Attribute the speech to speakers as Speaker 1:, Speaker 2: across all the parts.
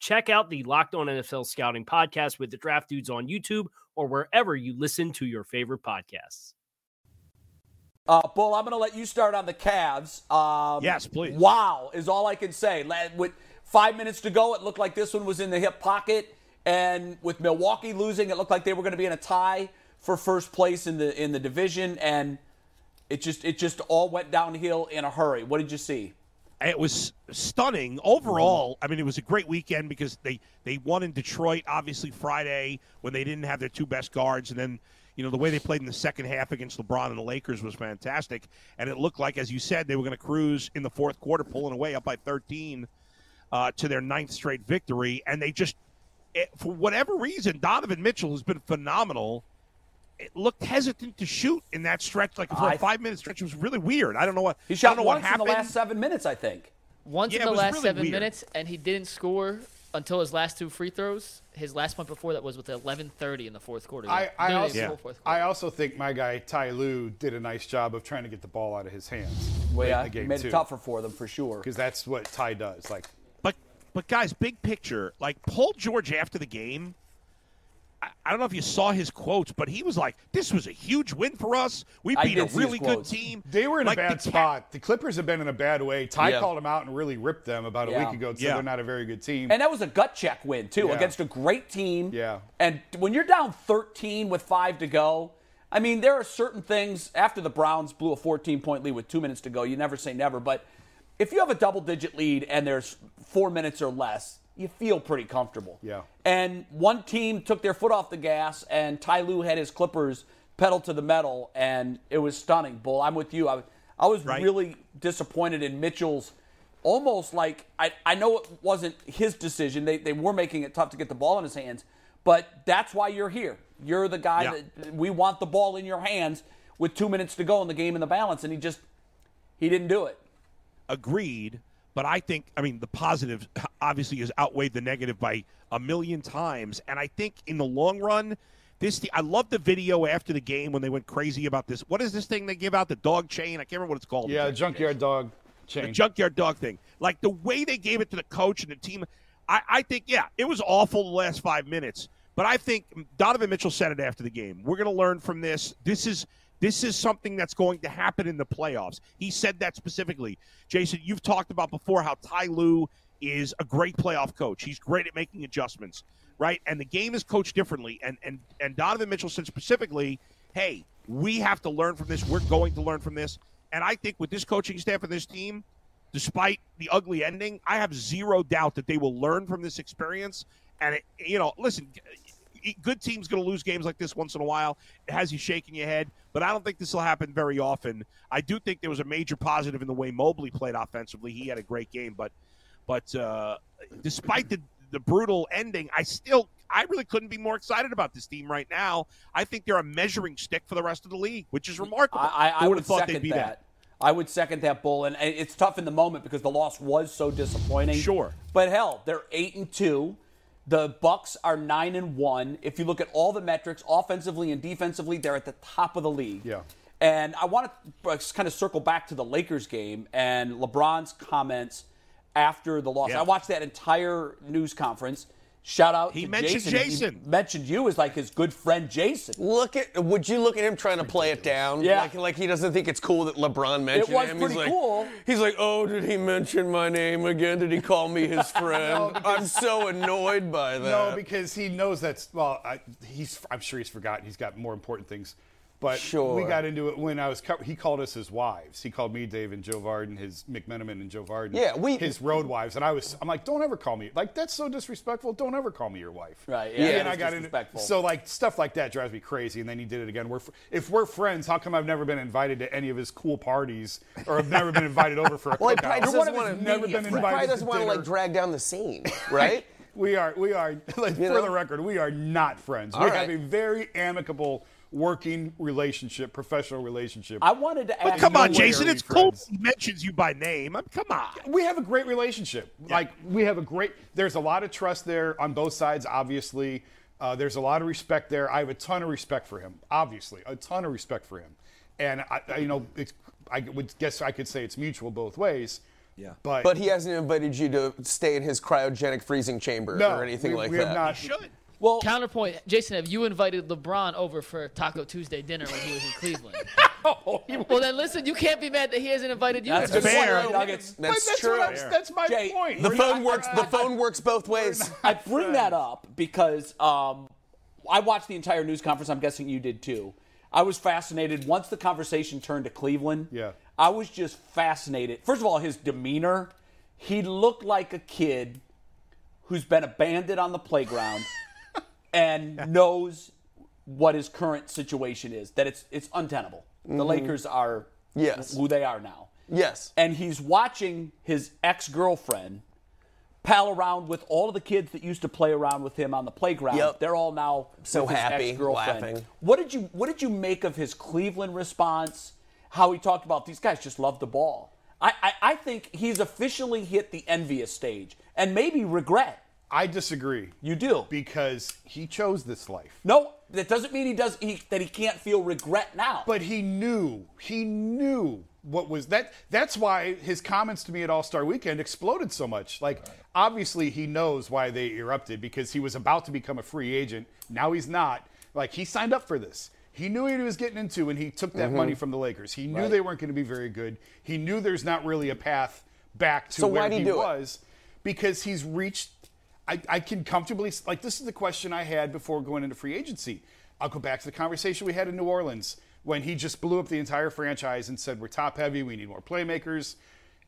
Speaker 1: Check out the Locked On NFL Scouting podcast with the draft dudes on YouTube or wherever you listen to your favorite podcasts.
Speaker 2: Uh, Bull, I'm going to let you start on the Cavs. Um,
Speaker 3: Yes, please.
Speaker 2: Wow, is all I can say. La- With five minutes to go, it looked like this one was in the hip pocket, and with Milwaukee losing, it looked like they were going to be in a tie for first place in the in the division, and it just it just all went downhill in a hurry. What did you see?
Speaker 3: it was stunning overall. I mean, it was a great weekend because they they won in Detroit, obviously Friday when they didn't have their two best guards, and then you know the way they played in the second half against LeBron and the Lakers was fantastic. And it looked like, as you said, they were going to cruise in the fourth quarter, pulling away up by 13 uh, to their ninth straight victory, and they just it, for whatever reason, Donovan Mitchell has been phenomenal. It looked hesitant to shoot in that stretch, like for
Speaker 2: I-
Speaker 3: a five-minute stretch. It was really weird. I don't know what
Speaker 2: He
Speaker 3: I
Speaker 2: shot
Speaker 3: don't know
Speaker 2: once
Speaker 3: what happened.
Speaker 2: in the last seven minutes, I think.
Speaker 4: once in
Speaker 3: Yeah, it
Speaker 4: the
Speaker 3: was
Speaker 4: last
Speaker 3: really
Speaker 4: seven
Speaker 3: weird.
Speaker 4: minutes, and he didn't score until his last two free throws. His last point before that was with 11:30 in the fourth quarter.
Speaker 5: I, I,
Speaker 4: Literally
Speaker 5: also,
Speaker 4: the whole fourth quarter.
Speaker 5: I also think my guy Ty Lue did a nice job of trying to get the ball out of his hands
Speaker 2: Well,
Speaker 5: late
Speaker 2: yeah,
Speaker 5: in the game
Speaker 2: made
Speaker 5: too,
Speaker 2: it tougher for them for sure.
Speaker 5: because that's what Ty does. Like
Speaker 3: But but guys, big picture, like Paul George after the game. I, I don't know if you saw his quotes, but he was like, "This was a huge win for us. We
Speaker 2: I
Speaker 3: beat a
Speaker 2: did see his
Speaker 3: really good
Speaker 2: quotes.
Speaker 3: team."
Speaker 5: they were in
Speaker 3: Like,
Speaker 5: a
Speaker 3: the
Speaker 5: bad
Speaker 3: Ca-
Speaker 5: spot. The Clippers have been in a bad way. Ty
Speaker 2: Yeah.
Speaker 5: called them out and really ripped them about
Speaker 2: Yeah.
Speaker 5: a week ago. So
Speaker 3: Yeah.
Speaker 5: they're not a very good team.
Speaker 2: And that was a gut check win too
Speaker 5: Yeah.
Speaker 2: against a great team.
Speaker 5: Yeah.
Speaker 2: And when you're down 13 with five to go, I mean there are certain things. After the Browns blew a 14 point lead with two minutes to go, you never say never. But if you have a double digit lead and there's four minutes or less, you feel pretty comfortable.
Speaker 5: Yeah.
Speaker 2: And one team took their foot off the gas, and Ty Lue had his Clippers pedal to the metal, and it was stunning. Bull, I'm with you. I, I was
Speaker 3: Right.
Speaker 2: really disappointed in Mitchell's almost like I, I know it wasn't his decision. They, they were making it tough to get the ball in his hands, but that's why you're here. You're the guy
Speaker 3: Yeah.
Speaker 2: that we want the ball in your hands with two minutes to go in the game in the balance, and he just he didn't do it.
Speaker 3: agreed. But I think, I mean, the positive obviously has outweighed the negative by a million times. And I think in the long run, this the, I love the video after the game when they went crazy about this. What is this thing they give out? The dog chain? I can't remember what it's called. The
Speaker 5: yeah,
Speaker 3: dog chain.
Speaker 5: junkyard dog
Speaker 3: The
Speaker 5: change.
Speaker 3: junkyard dog thing. Like the way they gave it to the coach and the team, I, I think, yeah, it was awful the last five minutes. But I think Donovan Mitchell said it after the game. We're going to learn from this. This is this is something that's going to happen in the playoffs. He said that specifically. Jason, you've talked about before how Ty Lue is a great playoff coach. He's great at making adjustments, right? And the game is coached differently. And and and Donovan Mitchell said specifically, "Hey, we have to learn from this. We're going to learn from this." And I think with this coaching staff and this team, despite the ugly ending, I have zero doubt that they will learn from this experience. And it, you know, listen, g- e, good teams going to lose games like this once in a while. It has you shaking your head, but I don't think this will happen very often. I do think there was a major positive in the way Mobley played offensively. He had a great game, but but uh, despite the the brutal ending, I still. I really couldn't be more excited about this team right now. I think they're a measuring stick for the rest of the league, which is remarkable.
Speaker 2: I, I, I
Speaker 3: Who
Speaker 2: would
Speaker 3: would've thought
Speaker 2: second
Speaker 3: they'd be
Speaker 2: that. I would second that, Bull. And it- it's tough in the moment because the loss was so disappointing.
Speaker 3: Sure.
Speaker 2: But hell, they're eight and two. The Bucks are nine and one. If you look at all the metrics, offensively and defensively, they're at the top of the league.
Speaker 5: Yeah.
Speaker 2: uh, And I want to kind of circle back to the Lakers game and LeBron's comments after the loss.
Speaker 3: Yeah.
Speaker 2: I watched that entire news conference. Shout out
Speaker 3: He
Speaker 2: to
Speaker 3: mentioned
Speaker 2: Jason. He
Speaker 3: Jason.
Speaker 2: mentioned you as like his good friend Jason.
Speaker 6: Look at would you look at him trying to play it down?
Speaker 2: Yeah.
Speaker 6: Like, like he doesn't think it's cool that LeBron mentioned
Speaker 2: was
Speaker 6: him.
Speaker 2: pretty
Speaker 6: he's like,
Speaker 2: cool.
Speaker 6: He's like, oh, did he mention my name again? Did he call me his friend? I'm so annoyed by that.
Speaker 5: No, because he knows that's well. I, he's I'm sure he's forgotten. He's got more important things. But we
Speaker 6: Sure.
Speaker 5: got into it when I was. co- He called us his wives. He called me, Dave, and Joe Varden, his McMenamin and Joe Varden.
Speaker 6: Yeah, we-
Speaker 5: his road wives. And I was. I'm like, don't ever call me. Like that's so disrespectful. Don't ever call me your wife.
Speaker 2: Right, yeah,
Speaker 5: He
Speaker 2: it
Speaker 5: And I
Speaker 2: was
Speaker 5: got into
Speaker 2: disrespectful.
Speaker 5: so like stuff like that drives me crazy. And then he did it again. We're fr- if we're friends, how come I've never been invited to any of his cool parties or I've never been invited over for a
Speaker 6: Well, he
Speaker 5: cookout?
Speaker 6: probably
Speaker 5: You're one
Speaker 6: doesn't
Speaker 5: of his
Speaker 6: want to.
Speaker 5: never been
Speaker 6: he probably
Speaker 5: invited
Speaker 6: doesn't
Speaker 5: to
Speaker 6: want to like
Speaker 5: dinner.
Speaker 6: drag down the scene, right?
Speaker 5: We are, we are, like, for
Speaker 6: You know?
Speaker 5: the record, we are not friends.
Speaker 6: All
Speaker 5: we
Speaker 6: right.
Speaker 5: have a very amicable working relationship, professional relationship.
Speaker 2: I wanted to ask.
Speaker 3: Come
Speaker 5: No
Speaker 3: on,
Speaker 5: way
Speaker 3: Jason.
Speaker 5: are
Speaker 3: It's
Speaker 5: we
Speaker 3: cool.
Speaker 5: friends.
Speaker 3: He mentions you by name. I mean, come on.
Speaker 5: we have a great relationship. Like, we have a great, there's a lot of trust there on both sides, obviously. Uh, there's a lot of respect there. I have a ton of respect for him, obviously, a ton of respect for him. And, I, I you know, it's, I would guess I could say it's mutual both ways. Yeah. But,
Speaker 6: But he hasn't invited you to stay in his cryogenic freezing chamber
Speaker 5: no,
Speaker 6: or anything
Speaker 5: we,
Speaker 6: like
Speaker 5: we
Speaker 6: that.
Speaker 5: Have not,
Speaker 3: Should.
Speaker 2: Well,
Speaker 4: Counterpoint, Jason, have you invited LeBron over for Taco Tuesday dinner when he was in Cleveland? well, then listen, you can't be mad that he hasn't invited you.
Speaker 2: that's
Speaker 4: to the
Speaker 2: fair.
Speaker 4: dinner.
Speaker 3: Fair.
Speaker 2: Nuggets.
Speaker 5: But
Speaker 6: That's,
Speaker 5: that's,
Speaker 6: true.
Speaker 5: what I'm, that's my
Speaker 2: Jay,
Speaker 5: point.
Speaker 6: the
Speaker 5: We're
Speaker 6: phone
Speaker 5: not-
Speaker 6: works. The phone works both ways.
Speaker 2: I bring that up because um, I watched the entire news conference. I'm guessing you did too. I was fascinated once the conversation turned to Cleveland.
Speaker 5: Yeah.
Speaker 2: I was just fascinated. First of all, his demeanor. He looked like a kid who's been abandoned on the playground and knows what his current situation is. That it's it's untenable. The Lakers are
Speaker 6: Yes.
Speaker 2: who they are now
Speaker 6: Yes.
Speaker 2: and he's watching his ex-girlfriend pal around with all of the kids that used to play around with him on the playground.
Speaker 6: Yep.
Speaker 2: They're all now
Speaker 6: So
Speaker 2: with his
Speaker 6: happy,
Speaker 2: ex-girlfriend.
Speaker 6: laughing.
Speaker 2: What did you What did you make of his Cleveland response? How he talked about these guys just love the ball. I, I, I think he's officially hit the envious stage and maybe regret.
Speaker 5: I disagree.
Speaker 2: You do
Speaker 5: because he chose this life.
Speaker 2: no. That doesn't mean he does he, that he can't feel regret now.
Speaker 5: But he knew, he knew what was that. That's why his comments to me at All Star Weekend exploded so much. Like, obviously, he knows why they erupted because he was about to become a free agent. Now he's not. Like, he signed up for this. He knew what he was getting into when he took that money
Speaker 6: Mm-hmm.
Speaker 5: from the Lakers. He knew they weren't going to be very good. He knew there's not really a path back to
Speaker 6: So
Speaker 5: where
Speaker 6: why'd he
Speaker 5: he
Speaker 6: do it?
Speaker 5: was because he's reached. I, I can comfortably like this is the question I had before going into free agency. I'll go back to the conversation we had in New Orleans when he just blew up the entire franchise and said we're top heavy, we need more playmakers,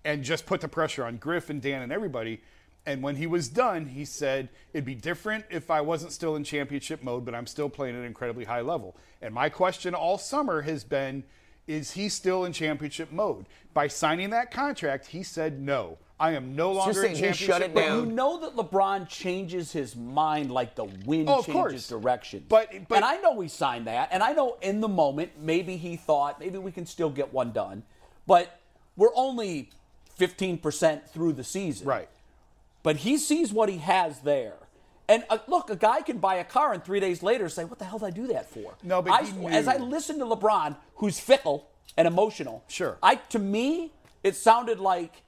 Speaker 5: and just put the pressure on Griff and Dan and everybody. And when he was done, he said it'd be different if I wasn't still in championship mode, but I'm still playing at an incredibly high level. And my question all summer has been is he still in championship mode? By signing that contract, he said no. I am no longer
Speaker 6: saying
Speaker 5: in
Speaker 6: he
Speaker 5: championship
Speaker 6: shut it
Speaker 5: mode.
Speaker 6: down.
Speaker 2: You know that LeBron changes his mind like the wind
Speaker 5: Oh, of
Speaker 2: changes
Speaker 5: course.
Speaker 2: direction.
Speaker 5: But- but-
Speaker 2: and I know he signed that, and I know in the moment maybe he thought maybe we can still get one done, but we're only fifteen percent through the season,
Speaker 5: Right.
Speaker 2: But he sees what he has there. And uh, look, a guy can buy a car and three days later say, "What the hell did I do that for?"
Speaker 5: No, but
Speaker 2: I,
Speaker 5: he knew.
Speaker 2: as I listen to LeBron, who's fickle and emotional,
Speaker 5: Sure.
Speaker 2: I to me it sounded like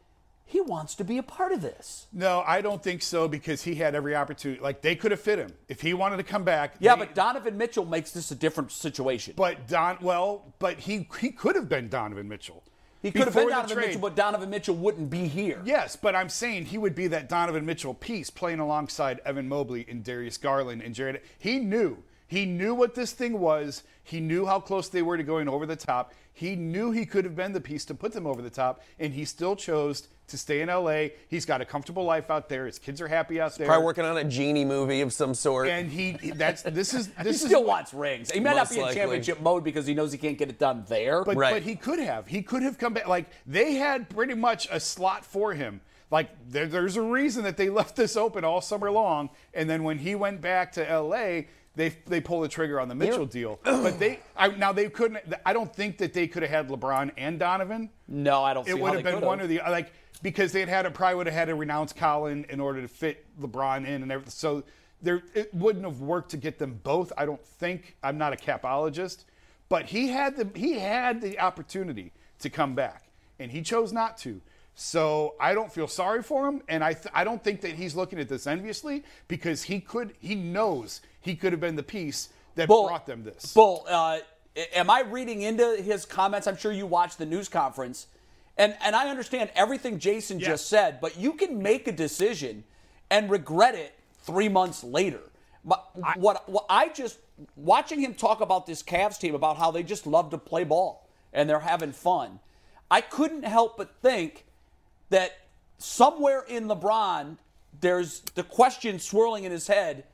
Speaker 2: he wants to be a part of this.
Speaker 5: No, I don't think so because he had every opportunity. Like they could have fit him if he wanted to come back.
Speaker 2: Yeah,
Speaker 5: they-
Speaker 2: but Donovan Mitchell makes this a different situation.
Speaker 5: but Don. Well, but he he could have been Donovan Mitchell.
Speaker 2: he could have
Speaker 5: Before
Speaker 2: been
Speaker 5: the
Speaker 2: Donovan
Speaker 5: trade-
Speaker 2: Mitchell, but Donovan Mitchell wouldn't be here.
Speaker 5: Yes, but I'm saying he would be that Donovan Mitchell piece playing alongside Evan Mobley and Darius Garland and Jared. He knew. He knew what this thing was. He knew how close they were to going over the top. He knew he could have been the piece to put them over the top, and he still chose to stay in LA. He's got a comfortable life out there. His kids are happy out there.
Speaker 6: Probably working on a genie movie of some sort.
Speaker 5: and he that's this is
Speaker 2: He
Speaker 5: this is
Speaker 2: still wants rings. He may not
Speaker 6: Most
Speaker 2: be in
Speaker 6: likely.
Speaker 2: championship mode because he knows he can't get it done there.
Speaker 5: But,
Speaker 6: Right.
Speaker 5: but he could have. He could have come back. Like they had pretty much a slot for him. Like there, there's a reason that they left this open all summer long. And then when he went back to L.A., they they pulled the trigger on the Mitchell deal. But they I, now they couldn't. I don't think that they could have had LeBron and Donovan.
Speaker 2: no, I don't. see
Speaker 5: It
Speaker 2: how
Speaker 5: would
Speaker 2: they
Speaker 5: have been
Speaker 2: could've.
Speaker 5: one or the like because they had had it probably would have had to renounce Colin in order to fit LeBron in and everything. So there it wouldn't have worked to get them both. I don't think. I'm not a capologist, but he had the he had the opportunity to come back and he chose not to. So I don't feel sorry for him, and I th- I don't think that he's looking at this enviously because he could he knows he could have been the piece that
Speaker 2: Bull-
Speaker 5: brought them this.
Speaker 2: Bull, uh, a- am I reading into his comments? I'm sure you watched the news conference, and and I understand everything Jason
Speaker 3: Yes.
Speaker 2: just said, but you can make a decision and regret it three months later. But what, what I just watching him talk about this Cavs team about how they just love to play ball and they're having fun. I couldn't help but think that somewhere in LeBron, there's the question swirling in his head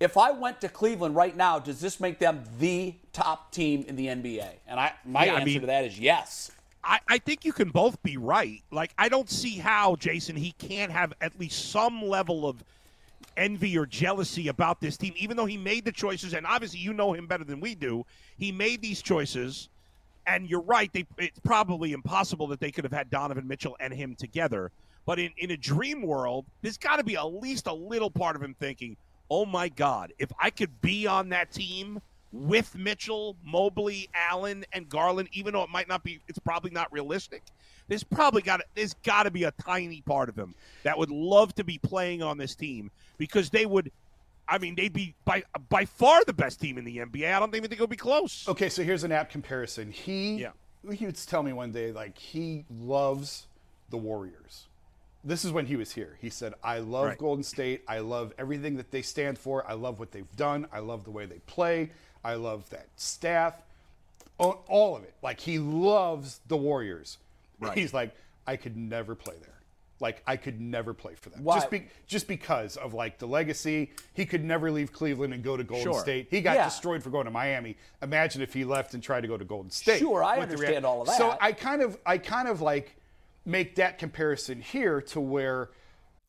Speaker 2: if I went to Cleveland right now, does this make them the top team in the NBA? And I, my
Speaker 3: Yeah, I
Speaker 2: answer
Speaker 3: mean-
Speaker 2: to that is yes.
Speaker 3: I, I think you can both be right. Like, I don't see how, Jason, he can't have at least some level of envy or jealousy about this team, even though he made the choices. And obviously, you know him better than we do. He made these choices. And you're right. They, it's probably impossible that they could have had Donovan Mitchell and him together. But in, in a dream world, there's got to be at least a little part of him thinking, oh my God, if I could be on that team with Mitchell, Mobley, Allen, and Garland, even though it might not be, it's probably not realistic. There's probably got to, there's got to be a tiny part of him that would love to be playing on this team because they would, I mean, they'd be by by far the best team in the NBA. I don't even think it'll be close.
Speaker 5: Okay, so here's an apt comparison. He
Speaker 3: Yeah.
Speaker 5: he would tell me one day like he loves the Warriors. This is when he was here. He said, "I love
Speaker 3: Right.
Speaker 5: Golden State. I love everything that they stand for. I love what they've done. I love the way they play. I love that staff. All, all of it. Like he loves the Warriors. He's like, I could never play there. Like I could never play for them.
Speaker 2: Why?
Speaker 5: Just be, just because of like the legacy. He could never leave Cleveland and go to Golden
Speaker 3: Sure.
Speaker 5: State. He got
Speaker 2: Yeah.
Speaker 5: destroyed for going to Miami. Imagine if he left and tried to go to Golden State.
Speaker 2: Sure, I
Speaker 5: with the
Speaker 2: understand all of
Speaker 5: So
Speaker 2: that.
Speaker 5: I kind of, I kind of like make that comparison here to where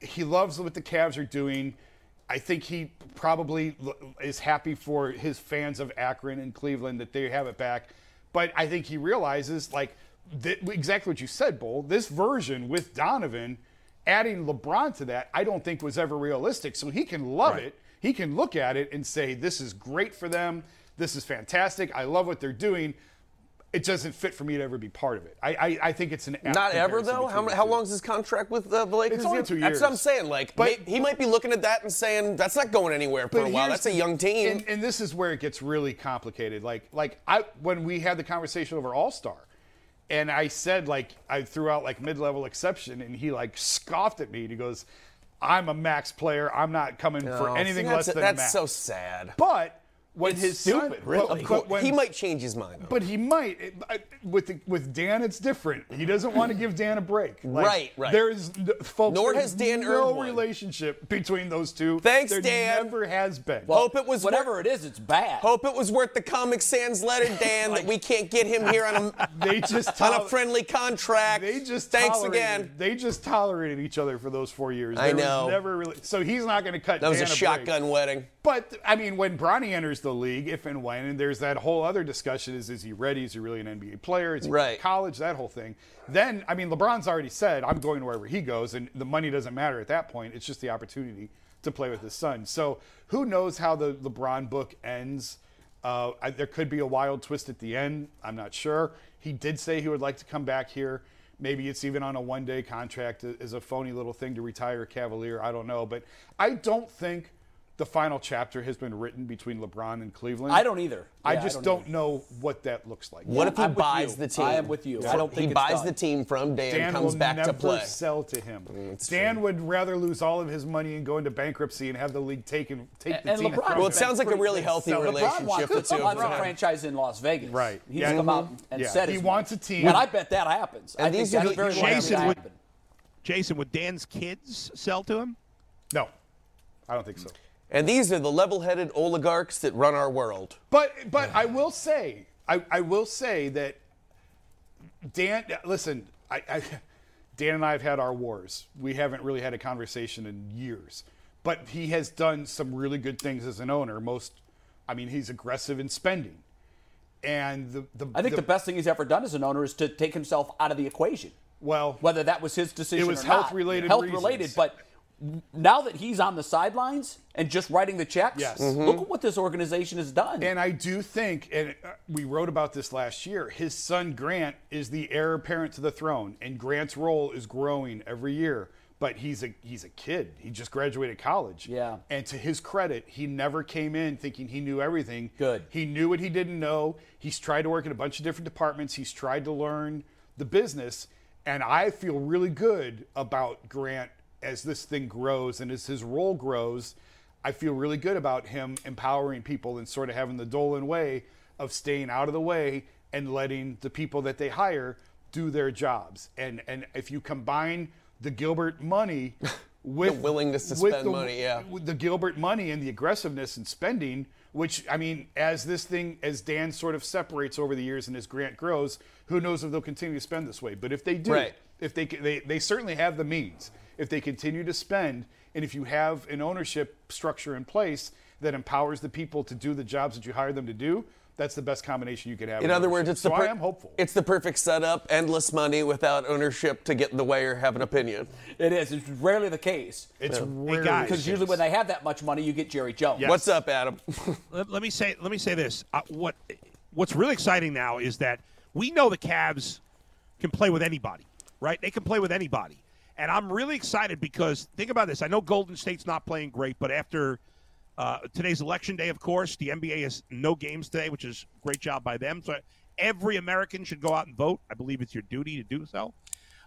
Speaker 5: he loves what the Cavs are doing. I think he probably l- is happy for his fans of Akron and Cleveland that they have it back. But I think he realizes, like, th- exactly what you said, Bull, this version with Donovan, adding LeBron to that, I don't think was ever realistic. So he can love it. He can look at it and say, this is great for them. This is fantastic. I love what they're doing. It doesn't fit for me to ever be part of it. I, I, I think it's an apt
Speaker 6: Not ever
Speaker 5: comparison
Speaker 6: though.
Speaker 5: between
Speaker 6: How,
Speaker 5: the
Speaker 6: mu- how
Speaker 5: two.
Speaker 6: long is his contract with uh, the Lakers?
Speaker 5: It's only
Speaker 6: yet?
Speaker 5: two
Speaker 6: That's what I'm
Speaker 5: years.
Speaker 6: saying. Like,
Speaker 5: But-
Speaker 6: may- he might be looking at that and saying that's not going anywhere
Speaker 5: But
Speaker 6: for a while.
Speaker 5: here's-
Speaker 6: That's a young team.
Speaker 5: And, and this is where it gets really complicated. Like, like I when we had the conversation over All Star, and I said like I threw out like mid level exception, and he like scoffed at me. And he goes, "I'm a max player. I'm not coming for
Speaker 6: Oh,
Speaker 5: anything
Speaker 6: see, that's
Speaker 5: less
Speaker 6: a-
Speaker 5: than
Speaker 6: that's
Speaker 5: max."
Speaker 6: so sad.
Speaker 5: But when
Speaker 6: It's
Speaker 5: his son,
Speaker 6: stupid,
Speaker 5: but-
Speaker 6: really.
Speaker 5: but when-
Speaker 6: he might change his mind. though.
Speaker 5: but he might. It- I- With the, with Dan, it's different. He doesn't want to give Dan a break. Like,
Speaker 6: Right, right.
Speaker 5: There is n- folks.
Speaker 6: Nor
Speaker 5: there
Speaker 6: has
Speaker 5: is
Speaker 6: Dan
Speaker 5: no
Speaker 6: earned one.
Speaker 5: relationship between those two.
Speaker 6: Thanks,
Speaker 5: there
Speaker 6: Dan.
Speaker 5: Never has been.
Speaker 6: hope it was
Speaker 2: whatever
Speaker 6: worth-
Speaker 2: it is. It's bad.
Speaker 6: Hope it was worth the Comic Sans letter, Dan, that we can't get him here on a
Speaker 5: they just
Speaker 6: on
Speaker 5: tol-
Speaker 6: a friendly contract.
Speaker 5: They just
Speaker 6: thanks
Speaker 5: tolerated-
Speaker 6: again.
Speaker 5: They just tolerated each other for those four years.
Speaker 6: I
Speaker 5: There was
Speaker 6: know.
Speaker 5: never really. So he's not going to cut.
Speaker 6: That was a
Speaker 5: Dan break.
Speaker 6: shotgun wedding.
Speaker 5: But I mean, when Bronny enters the league, if and when, and there's that whole other discussion: is is he ready? Is he really an NBA player? Is he
Speaker 6: Right.
Speaker 5: college? That whole thing. Then I mean, LeBron's already said, "I'm going wherever he goes," and the money doesn't matter at that point. It's just the opportunity to play with his son. So who knows how the LeBron book ends? Uh, I, there could be a wild twist at the end. I'm not sure. He did say he would like to come back here. Maybe it's even on a one-day contract as a phony little thing to retire a Cavalier. I don't know, but I don't think the final chapter has been written between LeBron and Cleveland.
Speaker 2: I don't either.
Speaker 5: I
Speaker 2: Yeah, I
Speaker 5: just
Speaker 2: don't
Speaker 5: don't, know what that looks like.
Speaker 6: What if he
Speaker 2: I'm with
Speaker 6: buys
Speaker 2: you.
Speaker 6: the team?
Speaker 2: I am with you. I don't think
Speaker 6: he
Speaker 2: it's
Speaker 6: buys
Speaker 2: done.
Speaker 6: the team from Dan,
Speaker 5: Dan
Speaker 6: comes
Speaker 5: will
Speaker 6: back
Speaker 5: never
Speaker 6: to play.
Speaker 5: sell to him. Dan would rather lose all of his money and go into bankruptcy and have the league take and take the
Speaker 2: And
Speaker 5: team.
Speaker 2: LeBron-
Speaker 5: from
Speaker 6: Well,
Speaker 5: him.
Speaker 6: it sounds like a really healthy
Speaker 5: So LeBron
Speaker 6: relationship.
Speaker 2: wants,
Speaker 6: the two of
Speaker 2: wants
Speaker 6: them.
Speaker 2: a franchise in Las Vegas.
Speaker 5: Right.
Speaker 2: He's
Speaker 5: Yeah.
Speaker 2: come out and
Speaker 5: Yeah.
Speaker 2: said
Speaker 5: He
Speaker 2: his
Speaker 5: wants
Speaker 2: mind.
Speaker 5: a team.
Speaker 2: and I bet that happens. I
Speaker 6: And
Speaker 2: think
Speaker 6: these
Speaker 2: that's
Speaker 6: are-
Speaker 2: very
Speaker 6: Jason
Speaker 2: likely to
Speaker 3: would-
Speaker 2: happen.
Speaker 3: Jason, would Dan's kids sell to him?
Speaker 5: No, I don't think so.
Speaker 6: And these are the level-headed oligarchs that run our world.
Speaker 5: But but I will say I, I will say that Dan listen I, I Dan and I have had our wars. We haven't really had a conversation in years. But he has done some really good things as an owner. Most, I mean, he's aggressive in spending. And the, the
Speaker 2: I think the, best thing he's ever done as an owner is to take himself out of the equation.
Speaker 5: well,
Speaker 2: Whether that was his decision,
Speaker 5: was
Speaker 2: or not.
Speaker 5: health-related
Speaker 2: health
Speaker 5: reasons.
Speaker 2: related. But now that he's on the sidelines and just writing the checks,
Speaker 5: Yes. Mm-hmm.
Speaker 2: look at what this organization has done.
Speaker 5: And I do think, and uh, we wrote about this last year, his son Grant is the heir apparent to the throne, and Grant's role is growing every year. But he's a he's a kid. He just graduated college.
Speaker 2: Yeah.
Speaker 5: And to his credit, he never came in thinking he knew everything.
Speaker 2: Good.
Speaker 5: He knew what he didn't know. He's tried to work in a bunch of different departments. He's tried to learn the business. And I feel really good about Grant as this thing grows and as his role grows. I feel really good about him empowering people and sort of having the Dolan way of staying out of the way and letting the people that they hire do their jobs. And and if you combine the Gilbert money with
Speaker 6: The willingness to
Speaker 5: with
Speaker 6: spend money, yeah.
Speaker 5: with the Gilbert money and the aggressiveness and spending, which I mean, as this thing, as Dan sort of separates over the years and as Grant grows, who knows if they'll continue to spend this way? But if they do,
Speaker 6: Right.
Speaker 5: if they, c- they they certainly have the means. If they continue to spend, and if you have an ownership structure in place that empowers the people to do the jobs that you hire them to do, that's the best combination you could have.
Speaker 6: In
Speaker 5: with
Speaker 6: other words,
Speaker 5: ownership.
Speaker 6: it's the
Speaker 5: so
Speaker 6: per-
Speaker 5: I am hopeful.
Speaker 6: It's the perfect setup, endless money without ownership to get in the way or have an opinion.
Speaker 2: it is. It's rarely the case.
Speaker 5: it's rarely
Speaker 3: guys.
Speaker 5: the
Speaker 2: Because usually
Speaker 5: case.
Speaker 2: when they have that much money, you get Jerry Jones.
Speaker 5: Yes.
Speaker 6: What's up, Adam?
Speaker 3: let, let me say let me say this. Uh, what what's really exciting now is that we know the Cavs can play with anybody, right? They can play with anybody, and I'm really excited because think about this. I know Golden State's not playing great, but after uh, today's election day, of course, the NBA has no games today, which is great job by them. So every American should go out and vote. I believe it's your duty to do so.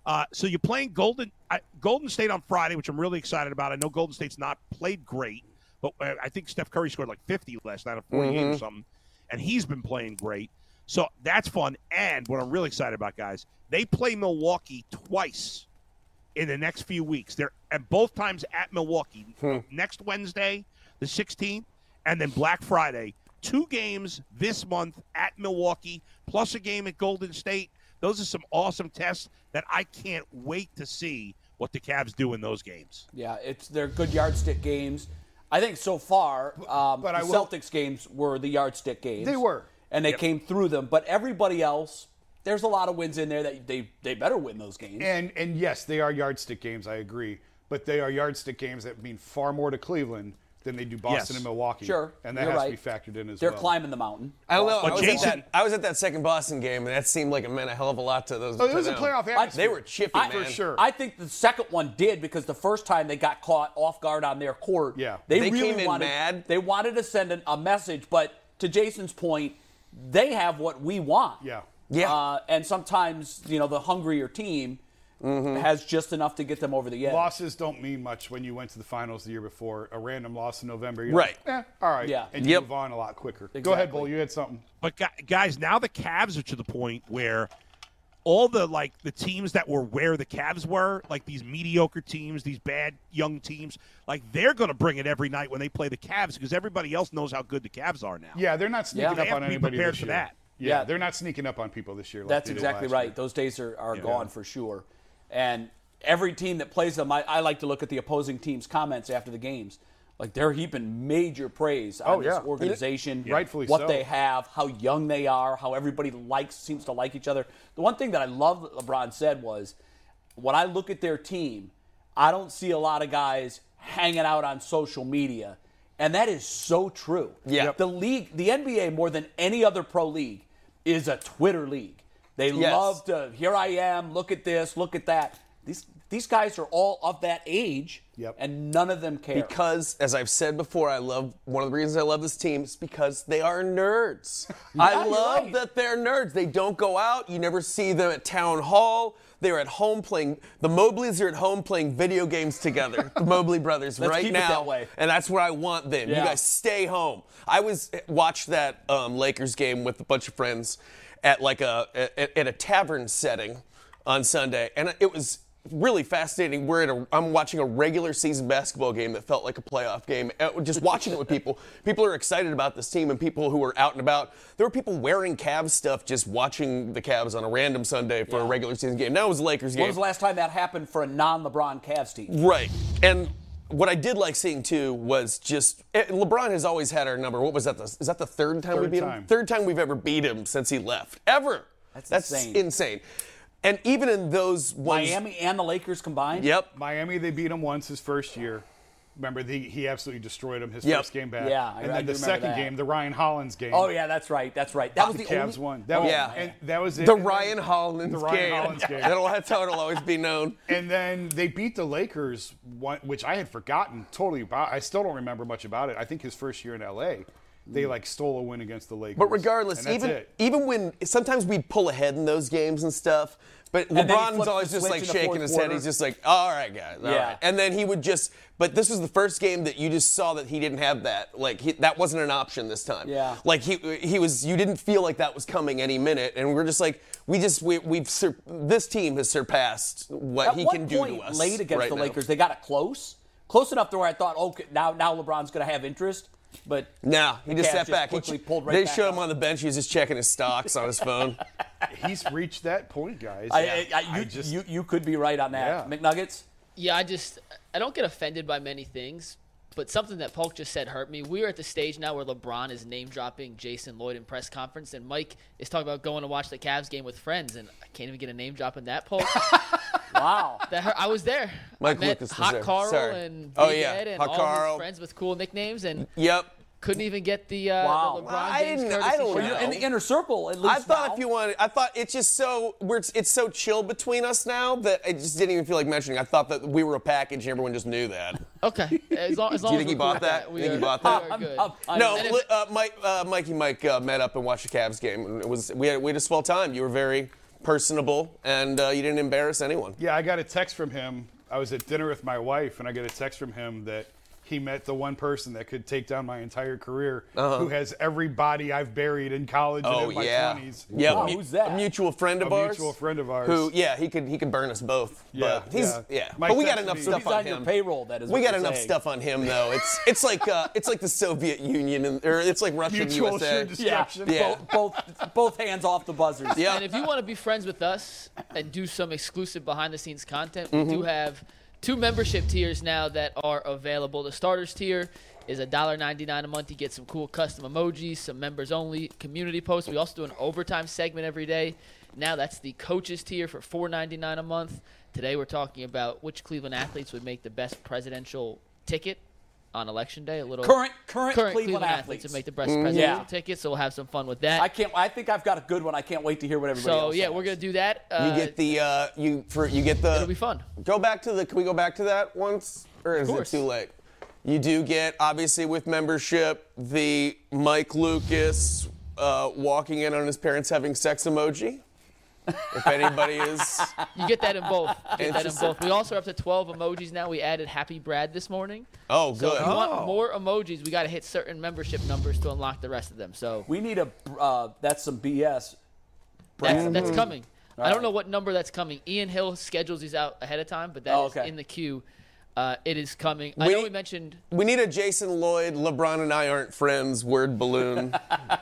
Speaker 3: Uh, so you're playing Golden I, Golden State on Friday, which I'm really excited about. I know Golden State's not played great, but uh, I think Steph Curry scored like 50 last night, a 48 or something, and he's been playing great. So that's fun. And what I'm really excited about, guys, they play Milwaukee twice in the next few weeks. They're and both times at Milwaukee next Wednesday, the 16th, and then Black Friday. Two games this month at Milwaukee, plus a game at Golden State. Those are some awesome tests that I can't wait to see what the Cavs do in those games.
Speaker 2: Yeah, it's they're good yardstick games. I think so far, um,
Speaker 5: but
Speaker 2: the
Speaker 5: I will-
Speaker 2: Celtics games were the yardstick games.
Speaker 5: They were.
Speaker 2: and they came through them. But everybody else, there's a lot of wins in there that they they better win those games.
Speaker 5: And and yes, they are yardstick games. I agree, but they are yardstick games that mean far more to Cleveland than they do Boston
Speaker 3: Yes.
Speaker 5: and Milwaukee.
Speaker 2: Sure,
Speaker 5: and that
Speaker 2: you're
Speaker 5: has
Speaker 2: right.
Speaker 5: to be factored in as
Speaker 2: They're
Speaker 5: well.
Speaker 2: climbing the mountain.
Speaker 6: I don't know. I
Speaker 3: But
Speaker 6: was,
Speaker 3: Jason-
Speaker 6: at that, I was at that second Boston game, and that seemed like it meant a hell of a lot to those.
Speaker 5: Oh, it
Speaker 6: to
Speaker 5: was a
Speaker 6: them.
Speaker 5: playoff
Speaker 2: I-
Speaker 5: atmosphere.
Speaker 6: They were chippy,
Speaker 2: I-
Speaker 6: man.
Speaker 5: For sure.
Speaker 2: I think the second one did because the first time they got caught off guard on their court.
Speaker 5: Yeah.
Speaker 2: they,
Speaker 6: They
Speaker 2: really
Speaker 6: came in
Speaker 2: wanted,
Speaker 6: mad.
Speaker 2: They wanted to send an, a message, but to Jason's point, they have what we want.
Speaker 5: Yeah.
Speaker 6: Yeah.
Speaker 2: Uh, and sometimes you know the hungrier team
Speaker 6: Mm-hmm.
Speaker 2: has just enough to get them over the edge.
Speaker 5: Losses don't mean much when you went to the finals the year before. A random loss in November, you're
Speaker 6: Right.
Speaker 5: Like, eh, all right.
Speaker 2: Yeah.
Speaker 5: And you
Speaker 6: Yep.
Speaker 5: move on a lot quicker. Go ahead,
Speaker 2: Exactly.
Speaker 5: Bull. You had something.
Speaker 3: But gu- guys, now the Cavs are to the point where all the like the teams that were where the Cavs were, like these mediocre teams, these bad young teams, like they're going to bring it every night when they play the Cavs because everybody else knows how good the Cavs are now.
Speaker 5: Yeah, they're not sneaking
Speaker 2: They
Speaker 5: up
Speaker 3: have
Speaker 5: on
Speaker 3: to be
Speaker 5: anybody
Speaker 3: prepared
Speaker 5: this
Speaker 3: for
Speaker 5: year.
Speaker 3: that.
Speaker 5: Yeah,
Speaker 2: Yeah.
Speaker 5: they're not sneaking up on people this year. Like
Speaker 2: That's
Speaker 5: they did
Speaker 2: exactly
Speaker 5: last
Speaker 2: right.
Speaker 5: year.
Speaker 2: Those days are, are gone for sure. And every team that plays them, I, I like to look at the opposing team's comments after the games. Like they're heaping major praise on
Speaker 5: Oh,
Speaker 2: this
Speaker 5: yeah.
Speaker 2: organization,
Speaker 5: Rightfully
Speaker 2: what
Speaker 5: so.
Speaker 2: they have, how young they are, how everybody likes seems to like each other. The one thing that I love that LeBron said was, when I look at their team, I don't see a lot of guys hanging out on social media. And that is so true.
Speaker 6: Yeah. Yep.
Speaker 2: The league, the NBA, more than any other pro league, is a Twitter league. They
Speaker 6: Yes.
Speaker 2: love to, here I am, look at this, look at that. These, these guys are all of that age,
Speaker 5: Yep.
Speaker 2: and none of them care.
Speaker 6: Because, as I've said before, I love one of the reasons I love this team is because they are nerds. I love
Speaker 2: right.
Speaker 6: that they're nerds. They don't go out. You never see them at town hall. They're at home playing. The Mobleys are at home playing video games together. the Mobley brothers
Speaker 2: Let's
Speaker 6: right
Speaker 2: keep it
Speaker 6: now,
Speaker 2: that way.
Speaker 6: and that's what I want them.
Speaker 2: Yeah.
Speaker 6: You guys stay home. I was watched that um, Lakers game with a bunch of friends at like a at, at a tavern setting on Sunday, and it was really fascinating. We're in a, I'm watching a regular season basketball game that felt like a playoff game. Uh, Just watching it with people, people are excited about this team, and people who are out and about. There were people wearing Cavs stuff just watching the Cavs on a random Sunday for a regular season game. Now it was a Lakers game.
Speaker 2: When was the last time that happened for a non-LeBron Cavs team?
Speaker 6: Right. And what I did like seeing too was just eh, LeBron has always had our number. What was that? The, is that the third time we
Speaker 5: Third
Speaker 6: beat him?
Speaker 5: time.
Speaker 6: Third time we've ever beat him since he left. Ever. That's,
Speaker 2: insane.
Speaker 6: And even in those ones.
Speaker 2: Miami and the Lakers combined.
Speaker 6: Yep.
Speaker 5: Miami, they beat him once his first year. Remember, the, he absolutely destroyed him his
Speaker 6: Yep.
Speaker 5: first game back.
Speaker 2: Yeah, I-
Speaker 5: and
Speaker 2: I
Speaker 5: then
Speaker 2: do
Speaker 5: the
Speaker 2: remember
Speaker 5: second
Speaker 2: that.
Speaker 5: game, the Ryan Hollins game.
Speaker 2: Oh yeah, that's right. That's right. That was
Speaker 5: the
Speaker 2: the,
Speaker 5: Cavs
Speaker 2: only Oh
Speaker 5: won. That was,
Speaker 6: yeah.
Speaker 5: and that was it.
Speaker 6: The
Speaker 5: And then-
Speaker 6: Ryan Hollins
Speaker 5: the Ryan
Speaker 6: game.
Speaker 5: Hollins game.
Speaker 6: That'll, that's how it'll always be known.
Speaker 5: And then they beat the Lakers, one- which I had forgotten totally about. I still don't remember much about it. I think his first year in LA, they like stole a win against the Lakers.
Speaker 6: But regardless,
Speaker 5: And that's
Speaker 6: even
Speaker 5: it.
Speaker 6: even when sometimes we'd pull ahead in those games and stuff, but
Speaker 2: then he flipped
Speaker 6: LeBron's
Speaker 2: the
Speaker 6: always just
Speaker 2: switch
Speaker 6: like
Speaker 2: in the
Speaker 6: shaking
Speaker 2: fourth
Speaker 6: his head.
Speaker 2: quarter.
Speaker 6: He's just like, all right, guys, all right."
Speaker 2: Yeah.
Speaker 6: And then he would just, but this was the first game that you just saw that he didn't have that. Like he, that wasn't an option this time.
Speaker 2: Yeah.
Speaker 6: Like he he was, you didn't feel like that was coming any minute, and we were just like, we just we, we've sur- this team has surpassed what
Speaker 2: At
Speaker 6: he
Speaker 2: what
Speaker 6: can
Speaker 2: point
Speaker 6: do to us.
Speaker 2: late against
Speaker 6: right
Speaker 2: the
Speaker 6: now.
Speaker 2: Lakers, they got it close, close enough to where I thought, oh, okay, now now LeBron's going to have interest. But
Speaker 6: No, he just
Speaker 2: Cavs
Speaker 6: sat back. He
Speaker 2: Quickly
Speaker 6: ch-
Speaker 2: pulled right
Speaker 6: they
Speaker 2: back
Speaker 6: showed
Speaker 2: up.
Speaker 6: him on the bench. He was just checking his stocks on his phone.
Speaker 5: he's reached that point, guys.
Speaker 2: I, I, I, you,
Speaker 5: just-
Speaker 2: you you could be right on that.
Speaker 5: Yeah.
Speaker 2: McNuggets.
Speaker 4: Yeah, I just I don't get offended by many things, but something that Polk just said hurt me. We are at the stage now where LeBron is name dropping Jason Lloyd in press conference, and Mike is talking about going to watch the Cavs game with friends, and I can't even get a name drop in that Polk.
Speaker 2: Wow.
Speaker 4: that hurt. I was there.
Speaker 6: Mike
Speaker 4: I met
Speaker 6: Lucas was
Speaker 4: Hot
Speaker 6: there.
Speaker 4: Carl
Speaker 6: Sorry.
Speaker 4: and Big
Speaker 6: Oh, yeah.
Speaker 4: Ed and
Speaker 6: Hot
Speaker 4: all
Speaker 6: Carl.
Speaker 4: his friends with cool nicknames, and
Speaker 6: yep.
Speaker 4: couldn't even get the, uh,
Speaker 2: Wow.
Speaker 4: the LeBron
Speaker 6: I
Speaker 4: James
Speaker 6: didn't- I
Speaker 4: courtesy
Speaker 6: don't
Speaker 4: shout-out.
Speaker 6: know.
Speaker 2: You're in the inner circle at least.
Speaker 6: I thought
Speaker 2: now.
Speaker 6: if you wanted, I thought it's just so we're it's so chill between us now that I just didn't even feel like mentioning. I thought that we were a package and everyone just knew that.
Speaker 4: Okay. As long, as
Speaker 6: Do
Speaker 4: long as
Speaker 6: you think
Speaker 4: we're
Speaker 6: he
Speaker 4: cool
Speaker 6: bought
Speaker 4: with
Speaker 6: that?
Speaker 4: we
Speaker 6: Think he
Speaker 4: are-
Speaker 6: bought
Speaker 4: we
Speaker 6: that?
Speaker 4: are good.
Speaker 2: I'm- I'm-
Speaker 6: no,
Speaker 4: And if-
Speaker 6: li- uh, Mike, uh, Mikey, Mike uh, met up and watched the Cavs game. And it was we had we had a swell time. You were very personable and uh, you didn't embarrass anyone.
Speaker 5: yeah, I got a text from him. I was at dinner with my wife, and I got a text from him that he met the one person that could take down my entire career, who has every body I've buried in college
Speaker 6: Uh-huh. Oh
Speaker 5: and in my
Speaker 6: yeah,
Speaker 5: 20s.
Speaker 6: yeah.
Speaker 2: Wow,
Speaker 6: mu-
Speaker 2: who's that?
Speaker 6: A mutual friend of
Speaker 5: A
Speaker 6: ours.
Speaker 5: mutual friend of ours.
Speaker 6: Who? Yeah, he could he could burn us both.
Speaker 5: Yeah,
Speaker 6: but he's,
Speaker 5: yeah.
Speaker 6: yeah.
Speaker 5: Mike
Speaker 6: But we got
Speaker 5: texted
Speaker 6: enough
Speaker 5: me.
Speaker 6: stuff
Speaker 2: he's
Speaker 6: on
Speaker 2: on
Speaker 6: him.
Speaker 2: your payroll. That is.
Speaker 6: We
Speaker 2: what
Speaker 6: got
Speaker 2: you're
Speaker 6: enough
Speaker 2: saying.
Speaker 6: stuff on him though. It's it's like uh, it's like the Soviet Union and, or it's like Russia and
Speaker 5: Mutual
Speaker 6: USA.
Speaker 5: assured
Speaker 2: Yeah.
Speaker 5: destruction.
Speaker 6: Yeah.
Speaker 2: Both, both both hands off the buzzers.
Speaker 6: Yeah.
Speaker 4: And if you want to be friends with us and do some exclusive behind the scenes content, we
Speaker 2: Mm-hmm.
Speaker 4: do have two membership tiers now that are available. The starters tier is $1.99 a month. You get some cool custom emojis, some members only community posts. We also do an overtime segment every day. Now that's the coaches tier for $4.99 a month. Today we're talking about which Cleveland athletes would make the best presidential ticket on election day. A little
Speaker 2: Current current,
Speaker 4: current
Speaker 2: Cleveland, athletes. Mm-hmm.
Speaker 4: would make the best presidential
Speaker 2: Yeah.
Speaker 4: ticket. So we'll have some fun with that.
Speaker 2: I can't. I think I've got a good one. I can't wait to hear what everybody
Speaker 4: so
Speaker 2: else.
Speaker 4: yeah,
Speaker 2: has.
Speaker 4: we're gonna do that. Uh,
Speaker 6: You get the uh, you for you get the.
Speaker 4: it'll be fun.
Speaker 6: Go back to the. Can we go back to that once, or is it
Speaker 4: course.
Speaker 6: too late? You do get obviously with membership the Mike Lucas uh, walking in on his parents having sex emoji. If anybody is,
Speaker 4: You get that in both. You get that in
Speaker 6: Interesting.
Speaker 4: both. We also are up to 12 emojis now. We added Happy Brad this morning.
Speaker 6: oh
Speaker 4: So
Speaker 6: good.
Speaker 4: if you want more emojis, we got to hit certain membership numbers to unlock the rest of them. So
Speaker 2: We need a. Uh, that's some BS.
Speaker 4: that's, that's coming. I don't know what number that's coming. Ian Hill schedules these out ahead of time, but that is
Speaker 2: Oh, okay.
Speaker 4: in the queue. Uh, it is coming. I know
Speaker 6: We-
Speaker 4: we mentioned
Speaker 6: We need a Jason Lloyd, LeBron and I aren't friends word balloon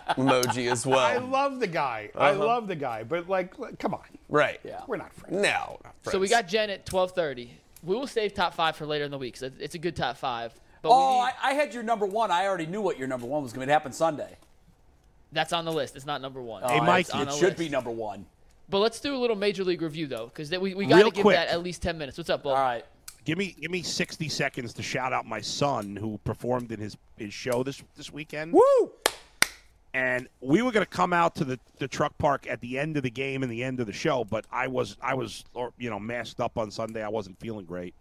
Speaker 6: emoji as well.
Speaker 5: I love the guy. I
Speaker 6: Uh-huh.
Speaker 5: love the guy. But like, l- come on,
Speaker 6: right. Yeah.
Speaker 5: we're not friends.
Speaker 6: No. not
Speaker 4: So we
Speaker 6: friends.
Speaker 4: got Jen at 12:30. We will save top five for later in the week. So it's a good top five. But we
Speaker 2: Oh,
Speaker 4: need-
Speaker 2: I, I had your number one. I already knew what your number one was going to happen Sunday.
Speaker 4: that's on the list. It's not number one.
Speaker 3: Hey,
Speaker 4: It's
Speaker 3: Mikey.
Speaker 4: on
Speaker 2: Oh, It
Speaker 4: the
Speaker 2: should
Speaker 4: list.
Speaker 2: be number one.
Speaker 4: But let's do a little major league review though, because we we got to
Speaker 3: Real
Speaker 4: give
Speaker 3: quick.
Speaker 4: that at least 10 minutes. What's up, Bo?
Speaker 2: All right.
Speaker 3: Give me give me 60 seconds to shout out my son who performed in his his show this this weekend. Woo! And we were going to come out to the, the truck park at the end of the game and the end of the show, but I was I was or, you know masked up on Sunday. I wasn't feeling great.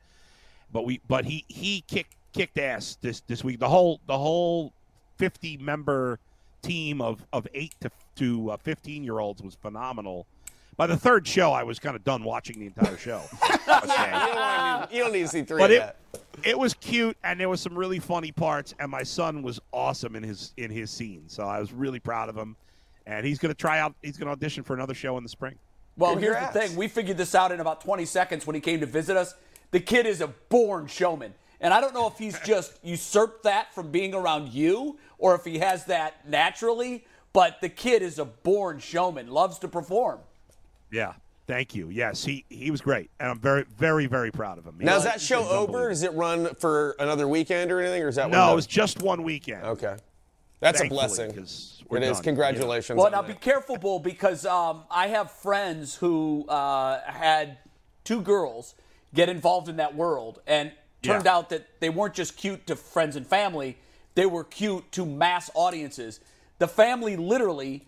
Speaker 3: But we but he he kicked kicked ass this this week. The whole the whole 50 member team of of 8 to to uh, 15 year olds was phenomenal. By the third show, I was kind of done watching the entire show. Okay.
Speaker 6: You don't, want to, you don't need to see three
Speaker 3: but
Speaker 6: of
Speaker 3: it,
Speaker 6: that.
Speaker 3: it was cute and there was some really funny parts and my son was awesome in his in his scene so i was really proud of him and he's going to try out he's going to audition for another show in the spring
Speaker 2: Well,
Speaker 6: Your
Speaker 2: here's the
Speaker 6: ass.
Speaker 2: thing. We figured this out in about 20 seconds when he came to visit us. The kid is a born showman. And I don't know if he's just usurped that from being around you or if he has that naturally, but the kid is a born showman, loves to perform.
Speaker 3: Yeah. Thank you. Yes, he he was great, and I'm very very very proud of him. He
Speaker 6: Now,
Speaker 3: was-
Speaker 6: is that
Speaker 3: he
Speaker 6: show
Speaker 3: was
Speaker 6: over? Is it run for another weekend or anything? Or is that one
Speaker 3: No,
Speaker 6: done?
Speaker 3: it was just one weekend.
Speaker 6: okay. That's
Speaker 3: Thankfully,
Speaker 6: a blessing.
Speaker 3: 'cause we're
Speaker 6: It is.
Speaker 3: done.
Speaker 6: Congratulations.
Speaker 2: Well,
Speaker 6: on
Speaker 2: now
Speaker 6: that.
Speaker 2: be careful, Bull, because um, I have friends who uh, had two girls get involved in that world, and turned
Speaker 3: Yeah.
Speaker 2: out that they weren't just cute to friends and family; they were cute to mass audiences. The family literally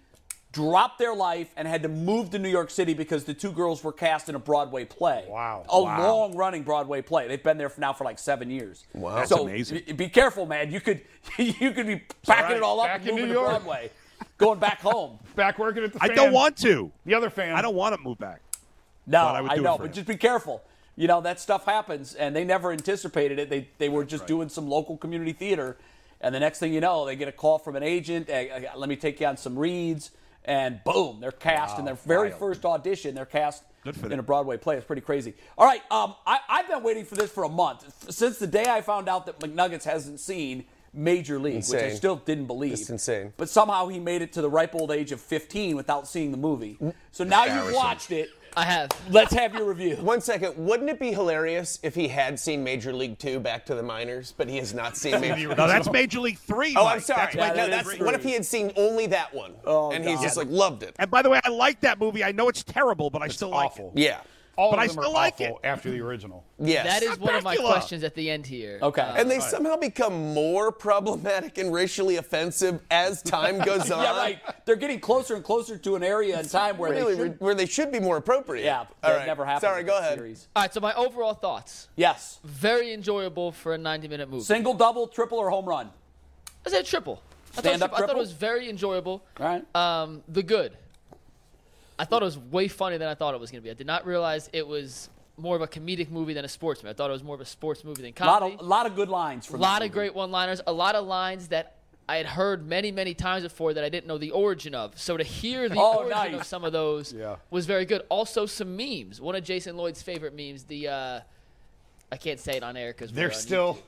Speaker 2: dropped their life and had to move to New York City because the two girls were cast in a Broadway play.
Speaker 5: Wow.
Speaker 2: a
Speaker 3: Wow.
Speaker 2: long-running Broadway play. They've been there for now for like seven years. Wow,
Speaker 3: That's
Speaker 2: so
Speaker 3: amazing.
Speaker 2: Be, be careful, man. You could you could be packing
Speaker 5: right.
Speaker 2: it all up
Speaker 5: Back
Speaker 2: and
Speaker 5: in
Speaker 2: moving
Speaker 5: New
Speaker 2: to
Speaker 5: York.
Speaker 2: Broadway, going back home.
Speaker 5: Back working at the
Speaker 3: I
Speaker 5: fan.
Speaker 3: don't want to.
Speaker 5: The other fan.
Speaker 3: I don't want to move back.
Speaker 2: No,
Speaker 3: But I would
Speaker 2: I
Speaker 3: do it
Speaker 2: know,
Speaker 3: for
Speaker 2: but
Speaker 3: him.
Speaker 2: just be careful. You know that stuff happens, and they never anticipated it. They they were just doing some local community theater, and the next thing you know, they get a call from an agent. "Hey, uh, let me take you on some reads, and boom, they're cast in their very first audition. They're cast
Speaker 3: Ah, Good for
Speaker 2: in
Speaker 3: them.
Speaker 2: a Broadway play. It's pretty crazy. All right, um, I, I've been waiting for this for a month F- since the day I found out that McNuggets hasn't seen Major League, which I
Speaker 6: Insane.
Speaker 2: still didn't believe.
Speaker 6: Just insane.
Speaker 2: But somehow he made it to the ripe old age of 15 without seeing the movie. So now you've
Speaker 6: Embarrassing.
Speaker 2: watched it.
Speaker 4: I have.
Speaker 2: Let's have your review.
Speaker 6: One second. Wouldn't it be hilarious if he had seen Major League Two back to the minors, but he has not seen Major League?
Speaker 3: No, that's Major League Three.
Speaker 6: Oh,
Speaker 3: Mike.
Speaker 6: I'm sorry.
Speaker 3: That's
Speaker 6: Wait,
Speaker 3: Major
Speaker 6: no,
Speaker 3: League
Speaker 6: that's
Speaker 3: Three.
Speaker 6: what if he had seen only that one, and he's just like loved it.
Speaker 3: And by the way, I like that movie. I know it's terrible, but I still
Speaker 5: awful.
Speaker 3: like it.
Speaker 6: Yeah.
Speaker 5: All
Speaker 3: But
Speaker 5: of
Speaker 3: I
Speaker 5: them are
Speaker 3: still like
Speaker 5: awful after the original.
Speaker 6: Yes.
Speaker 4: That is one of my
Speaker 3: Dracula.
Speaker 4: questions at the end here.
Speaker 2: Okay.
Speaker 4: Uh,
Speaker 6: And they somehow become more problematic and racially offensive as time goes on.
Speaker 2: yeah, right. They're getting closer and closer to an area and time where
Speaker 6: Really,
Speaker 2: they
Speaker 6: where-
Speaker 2: should.
Speaker 6: where they should be more appropriate.
Speaker 2: Yeah,
Speaker 6: All
Speaker 2: that
Speaker 6: right.
Speaker 2: never happened.
Speaker 6: Sorry,
Speaker 2: in
Speaker 6: go
Speaker 2: the
Speaker 6: ahead.
Speaker 2: series.
Speaker 4: all right, so my overall thoughts.
Speaker 2: Yes.
Speaker 4: Very enjoyable for a 90-minute movie.
Speaker 2: Single, double, triple, or home run.
Speaker 4: I said triple. I thought,
Speaker 2: Stand-up
Speaker 4: triple. I thought it
Speaker 2: triple?
Speaker 4: was very enjoyable.
Speaker 2: All right.
Speaker 4: Um, the good. I thought it was way funnier than I thought it was going to be. I did not realize it was more of a comedic movie than a sports movie. I thought it was more of a sports movie than
Speaker 2: a lot
Speaker 4: comedy.
Speaker 2: of, lot of good lines
Speaker 4: A
Speaker 2: from.
Speaker 4: lot
Speaker 2: that
Speaker 4: of
Speaker 2: movie.
Speaker 4: great one-liners, a lot of lines that I had heard many, many times before that I didn't know the origin of. So to hear the
Speaker 2: Oh,
Speaker 4: origin
Speaker 2: nice.
Speaker 4: of some of those
Speaker 5: Yeah.
Speaker 4: was very good. Also, some memes. One of Jason Lloyd's favorite memes. The uh, I can't say it on air because
Speaker 5: They're still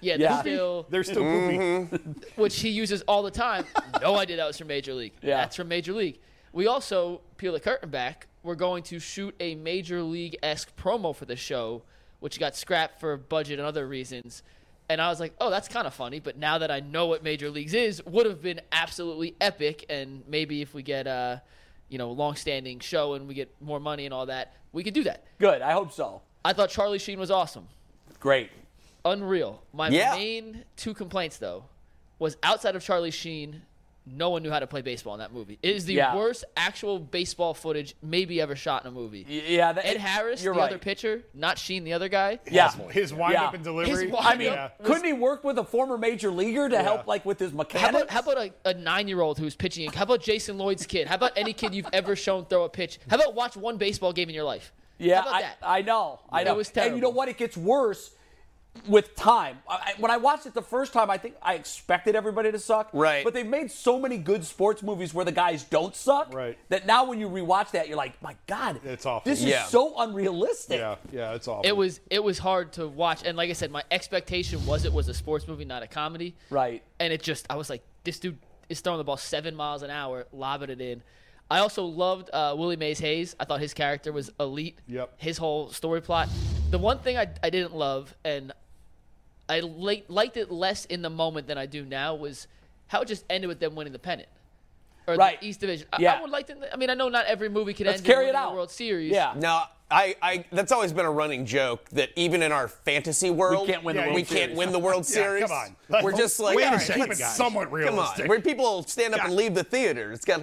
Speaker 4: yeah,
Speaker 2: Yeah.
Speaker 4: they're still
Speaker 5: they're still poopy.
Speaker 4: which he uses all the time. no idea that was from Major League.
Speaker 2: Yeah.
Speaker 4: That's from Major League. We also peel the curtain back. We're going to shoot a Major League esque promo for the show, which got scrapped for budget and other reasons. And I was like, oh, that's kind of funny. But now that I know what Major Leagues is, would have been absolutely epic. And maybe if we get a, you know, long-standing show and we get more money and all that, we could do that.
Speaker 2: Good. I hope so.
Speaker 4: I thought Charlie Sheen was awesome
Speaker 2: Great.
Speaker 4: unreal. My
Speaker 6: Yeah.
Speaker 4: main two complaints though was outside of Charlie Sheen, no one knew how to play baseball in that movie. It is the
Speaker 2: Yeah.
Speaker 4: worst actual baseball footage maybe ever shot in a movie.
Speaker 2: Y- Yeah. That,
Speaker 4: Ed Harris,
Speaker 2: You're
Speaker 4: the
Speaker 2: right.
Speaker 4: other pitcher, not Sheen, the other guy.
Speaker 2: Yeah.
Speaker 5: His wind
Speaker 2: Yeah.
Speaker 5: up and delivery.
Speaker 4: His wind-
Speaker 2: I mean,
Speaker 5: Yeah.
Speaker 2: couldn't he work with a former major leaguer to help, like with his
Speaker 4: How
Speaker 2: mechanics?
Speaker 4: about, how about a, a nine-year-old who's pitching? How about Jason Lloyd's kid? How about any kid you've ever shown throw a pitch? How about watch one baseball game in your life?
Speaker 2: Yeah,
Speaker 4: how about
Speaker 2: I,
Speaker 4: that?
Speaker 2: I know. I
Speaker 4: It
Speaker 2: know.
Speaker 4: was
Speaker 2: And you know
Speaker 4: terrible.
Speaker 2: what? It gets worse with time. I, I- when I watched it the first time, I think I expected everybody to suck.
Speaker 6: Right.
Speaker 2: But they've made so many good sports movies where the guys don't suck.
Speaker 5: Right.
Speaker 2: That now when you rewatch that, you're like, my God,
Speaker 5: It's awful.
Speaker 2: This
Speaker 6: Yeah.
Speaker 2: is so unrealistic.
Speaker 5: yeah, yeah, it's awful.
Speaker 4: it was it was hard to watch, and like I said, my expectation was it was a sports movie, not a comedy.
Speaker 2: Right.
Speaker 4: and it just I was like, this dude is throwing the ball seven miles an hour, lobbing it in. I also loved uh, Willie Mays Hayes. I thought his character was elite.
Speaker 5: Yep.
Speaker 4: His whole story plot. The one thing I, I didn't love, and I la- liked it less in the moment than I do now, was how it just ended with them winning the pennant or
Speaker 2: Right.
Speaker 4: the East Division. I- I,
Speaker 2: Yeah.
Speaker 4: would like to. I mean, I know not every movie can
Speaker 2: Let's
Speaker 4: end
Speaker 2: carry
Speaker 4: in
Speaker 2: it
Speaker 4: winning the
Speaker 2: out.
Speaker 4: World Series.
Speaker 2: Yeah.
Speaker 6: Now, I, I that's always been a running joke that even in our fantasy world,
Speaker 2: can't win the
Speaker 5: Yeah, World
Speaker 6: we can't
Speaker 2: Series.
Speaker 6: win the World
Speaker 5: Yeah,
Speaker 6: Series.
Speaker 5: come on. Like,
Speaker 6: We're just like,
Speaker 3: wait a
Speaker 6: all right,
Speaker 3: second,
Speaker 6: let's-
Speaker 3: guys.
Speaker 5: somewhat
Speaker 6: Come on,
Speaker 5: realistic.
Speaker 6: where people stand up and leave the theater. It's got.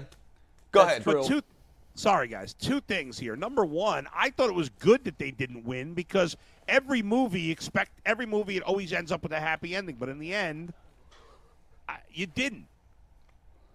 Speaker 6: Go ahead.
Speaker 2: true.
Speaker 3: But two, sorry guys, two things here. Number one, I thought it was good that they didn't win because every movie you expect every movie it always ends up with a happy ending, but in the end, I, you didn't.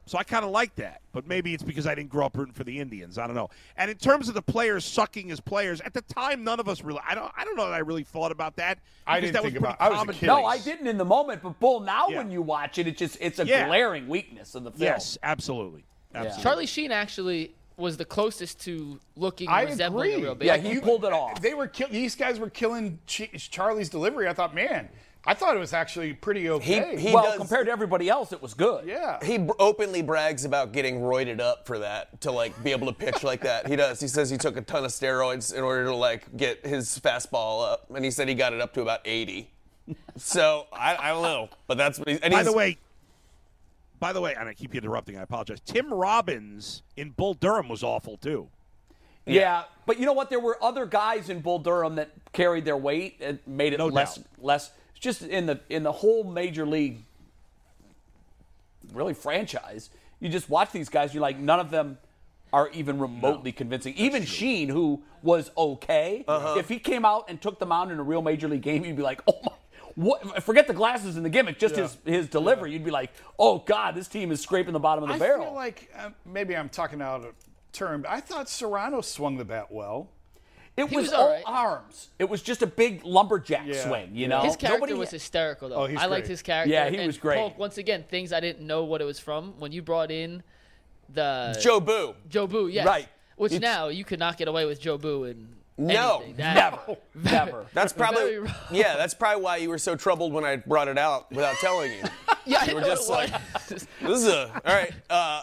Speaker 3: So I kind of like that, but maybe it's because I didn't grow up rooting for the Indians. I don't know. And in terms of the players sucking as players, at the time, none of us really. I don't. I don't know that I really thought about that.
Speaker 5: I
Speaker 3: because
Speaker 5: didn't
Speaker 3: that was
Speaker 5: think about-
Speaker 3: pretty
Speaker 5: I was a
Speaker 3: common
Speaker 5: kid.
Speaker 3: knowledge.
Speaker 2: No, I didn't in the moment, but Bull, now
Speaker 3: Yeah.
Speaker 2: when you watch it, it's just it's a
Speaker 3: Yeah.
Speaker 2: glaring weakness in the film.
Speaker 3: Yes, absolutely. absolutely.
Speaker 4: Charlie Sheen actually was the closest to looking
Speaker 5: I
Speaker 4: resembling
Speaker 5: agree.
Speaker 4: a real
Speaker 5: Yeah,
Speaker 4: baseball.
Speaker 2: he pulled it off.
Speaker 5: They were kill- these guys were killing Ch- Charlie's delivery. I thought, man, I thought it was actually pretty okay.
Speaker 6: he
Speaker 2: well,
Speaker 6: does-
Speaker 2: compared to everybody else, it was good.
Speaker 5: yeah.
Speaker 6: He br- openly brags about getting roided up for that to like be able to pitch like that. He does. He says he took a ton of steroids in order to like get his fastball up, and he said he got it up to about 80. So I, I don't know, but that's what he's. And
Speaker 3: By
Speaker 6: he's,
Speaker 3: the way, by the way, and I keep interrupting. I apologize. Tim Robbins in Bull Durham was awful too.
Speaker 2: Yeah. but you know what? There were other guys in Bull Durham that carried their weight and made it
Speaker 3: No
Speaker 2: less
Speaker 3: doubt.
Speaker 2: less. It's Just in the in the whole major league, really franchise. You just watch these guys. You're like none of them are even remotely convincing. Even Sheen, who was okay, if he came out and took the mound in a real major league game, you'd be like, oh my. What? Forget the glasses and the gimmick, just his his delivery. You'd be like, "Oh God, this team is scraping the bottom of the
Speaker 5: I
Speaker 2: barrel."
Speaker 5: feel like uh, maybe I'm talking out of term. But I thought Serrano swung the bat well.
Speaker 2: It
Speaker 4: He
Speaker 2: was,
Speaker 4: was
Speaker 2: all
Speaker 4: alright.
Speaker 2: arms. It was just a big lumberjack
Speaker 5: Yeah.
Speaker 2: swing, you
Speaker 5: Yeah.
Speaker 2: know.
Speaker 4: His character
Speaker 2: Nobody-
Speaker 4: was hysterical, though.
Speaker 5: Oh, he's
Speaker 4: I liked
Speaker 5: great.
Speaker 4: his character.
Speaker 2: Yeah, he
Speaker 4: and
Speaker 2: was great.
Speaker 4: Polk, once again, things I didn't know what it was from. When you brought in the
Speaker 6: Joe Boo.
Speaker 4: Joe Boo, yes.
Speaker 2: Right.
Speaker 4: Which
Speaker 2: It's-
Speaker 4: now you could not get away with Joe Boo and
Speaker 6: No,
Speaker 4: anything. That-
Speaker 2: never, never.
Speaker 6: That's probably
Speaker 4: Very wrong.
Speaker 6: yeah. That's probably why you were so troubled when I brought it out without telling you.
Speaker 4: Yeah, I
Speaker 6: you were
Speaker 4: know
Speaker 6: just
Speaker 4: it
Speaker 6: like,
Speaker 4: was.
Speaker 6: this is a all right. Uh,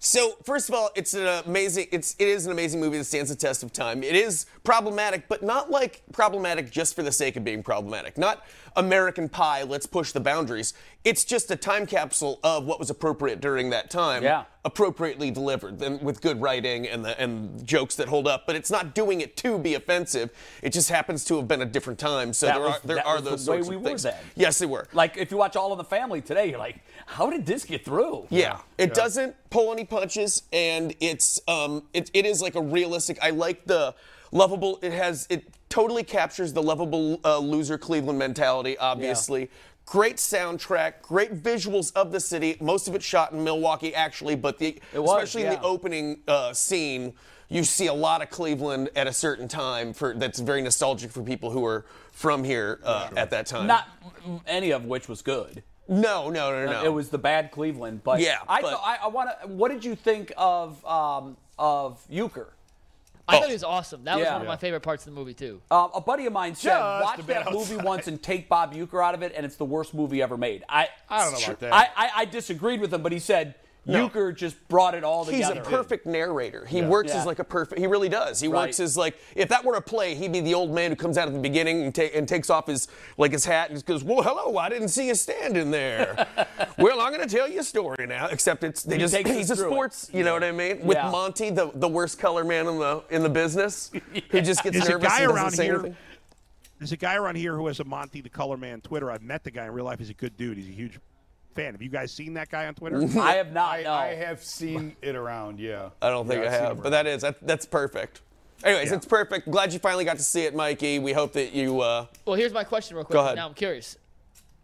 Speaker 6: so first of all, it's an amazing. It's it is an amazing movie that stands the test of time. It is problematic, but not like problematic just for the sake of being problematic. Not American Pie. Let's push the boundaries. It's just a time capsule of what was appropriate during that time.
Speaker 2: Yeah.
Speaker 6: Appropriately delivered, then with good writing and the, and jokes that hold up. But it's not doing it to be offensive. It just happens to have been a different time. So
Speaker 2: That
Speaker 6: there
Speaker 2: was-
Speaker 6: are there
Speaker 2: that
Speaker 6: are
Speaker 2: was the
Speaker 6: those
Speaker 2: way
Speaker 6: sorts
Speaker 2: we
Speaker 6: of
Speaker 2: were
Speaker 6: things.
Speaker 2: then.
Speaker 6: Yes, they were.
Speaker 2: Like if you watch All in the Family today, you're like, how did this get through?
Speaker 6: Yeah, it doesn't pull any punches, and it's um, it, it is like a realistic. I like the lovable. It has it totally captures the lovable uh, loser Cleveland mentality. Obviously, great soundtrack, great visuals of the city. Most of it shot in Milwaukee, actually, but the
Speaker 2: was,
Speaker 6: especially in
Speaker 2: yeah.
Speaker 6: the opening uh, scene. You see a lot of Cleveland at a certain time for that's very nostalgic for people who are from here uh, at that time.
Speaker 2: Not any of which was good.
Speaker 6: no, no, no, no.
Speaker 2: It was the bad Cleveland, but
Speaker 6: Yeah,
Speaker 2: I
Speaker 6: but-
Speaker 2: thought- I, I want to. What did you think of um, of Euchre?
Speaker 4: I thought he was awesome. That was
Speaker 2: oh. Yeah.
Speaker 4: one of my favorite parts of the movie too.
Speaker 2: Um, a buddy of mine said,
Speaker 5: Just a
Speaker 2: "Watch
Speaker 5: bit
Speaker 2: that movie
Speaker 5: outside."
Speaker 2: once and take Bob Euchre out of it, and it's the worst movie ever made." I
Speaker 5: I don't know about that.
Speaker 2: I, I, I disagreed with him, but he said Euchre just brought it all
Speaker 6: He's
Speaker 2: together.
Speaker 6: a perfect narrator. He works
Speaker 2: Yeah.
Speaker 6: as like a perfect. He really does. He
Speaker 2: Right.
Speaker 6: works as like if that were a play, he'd be the old man who comes out at the beginning and, ta- and takes off his like his hat and just goes, "Well, hello, I didn't see you standing there." well, I'm going to tell you a story now. Except it's they
Speaker 2: He
Speaker 6: just
Speaker 2: takes
Speaker 6: he's
Speaker 2: us
Speaker 6: a
Speaker 2: through it.
Speaker 6: sports. You know what I mean? With
Speaker 2: Yeah.
Speaker 6: Monty, the, the worst color man in the in the business, who just gets
Speaker 3: There's a
Speaker 6: nervous
Speaker 3: guy
Speaker 6: and doesn't
Speaker 3: around
Speaker 6: say
Speaker 3: here.
Speaker 6: anything.
Speaker 3: There's a guy around here who has a Monty the Color Man Twitter. I've met the guy in real life. He's a good dude. He's a huge fan. Have you guys seen that guy on Twitter?
Speaker 2: I have not.
Speaker 5: I,
Speaker 2: no.
Speaker 5: I have seen it around. Yeah.
Speaker 6: I don't think
Speaker 5: Yeah,
Speaker 6: I
Speaker 5: I've seen
Speaker 6: have,
Speaker 5: it
Speaker 6: but
Speaker 5: around.
Speaker 6: that is that, that's perfect. Anyways, it's perfect. Glad you finally got to see it, Mikey. We hope that you. Uh,
Speaker 4: Well, here's my question real quick.
Speaker 6: Go ahead.
Speaker 4: Now I'm curious.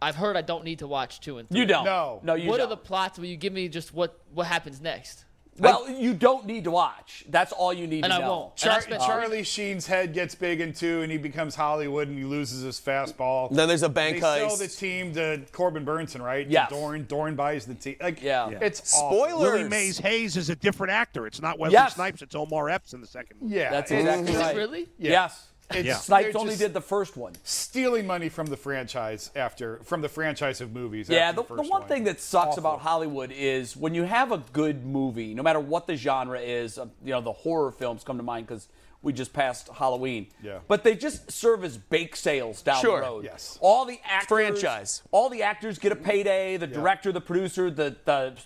Speaker 4: I've heard I don't need to watch two and three.
Speaker 2: you don't.
Speaker 5: No.
Speaker 2: No, you
Speaker 4: what
Speaker 2: don't.
Speaker 4: are the plots? Will you give me just what what happens next?
Speaker 2: Well, you don't need to watch. That's all you need
Speaker 4: And
Speaker 2: to
Speaker 4: I
Speaker 2: know.
Speaker 4: won't.
Speaker 5: Char-
Speaker 4: And I spent-
Speaker 5: Charlie Sheen's head gets big in two, and he becomes Hollywood, and he loses his fastball.
Speaker 6: Then there's a bank
Speaker 5: they sell
Speaker 6: heist.
Speaker 5: the team to Corbin Burnson, right?
Speaker 2: Yes.
Speaker 5: Dorn, Dorn buys the team. Like,
Speaker 2: Yeah. Yeah.
Speaker 5: It's awful.
Speaker 6: spoilers.
Speaker 3: Willie Mays Hayes is a different actor. It's not Wesley
Speaker 2: Yes.
Speaker 3: Snipes. It's Omar Epps in the second. one.
Speaker 5: Yeah,
Speaker 2: That's
Speaker 5: it's-
Speaker 2: exactly
Speaker 4: Is
Speaker 2: right.
Speaker 4: it really?
Speaker 5: Yeah.
Speaker 2: Yes.
Speaker 5: It's,
Speaker 3: Yeah.
Speaker 2: Snipes
Speaker 5: they're
Speaker 2: only
Speaker 5: just
Speaker 2: did the first one.
Speaker 5: stealing money from the franchise after from the franchise of movies.
Speaker 2: Yeah,
Speaker 5: after
Speaker 2: the,
Speaker 5: the,
Speaker 2: the
Speaker 5: first
Speaker 2: one thing that sucks about Hollywood is when you have a good movie, no matter what the genre is, uh, you know, the horror films come to mind because we just passed Halloween.
Speaker 5: Yeah.
Speaker 2: But they just serve as bake sales down
Speaker 6: Sure.
Speaker 2: the road.
Speaker 5: Yes.
Speaker 2: All the actors.
Speaker 6: Franchise.
Speaker 2: All the actors get a payday, the director, the producer, the, the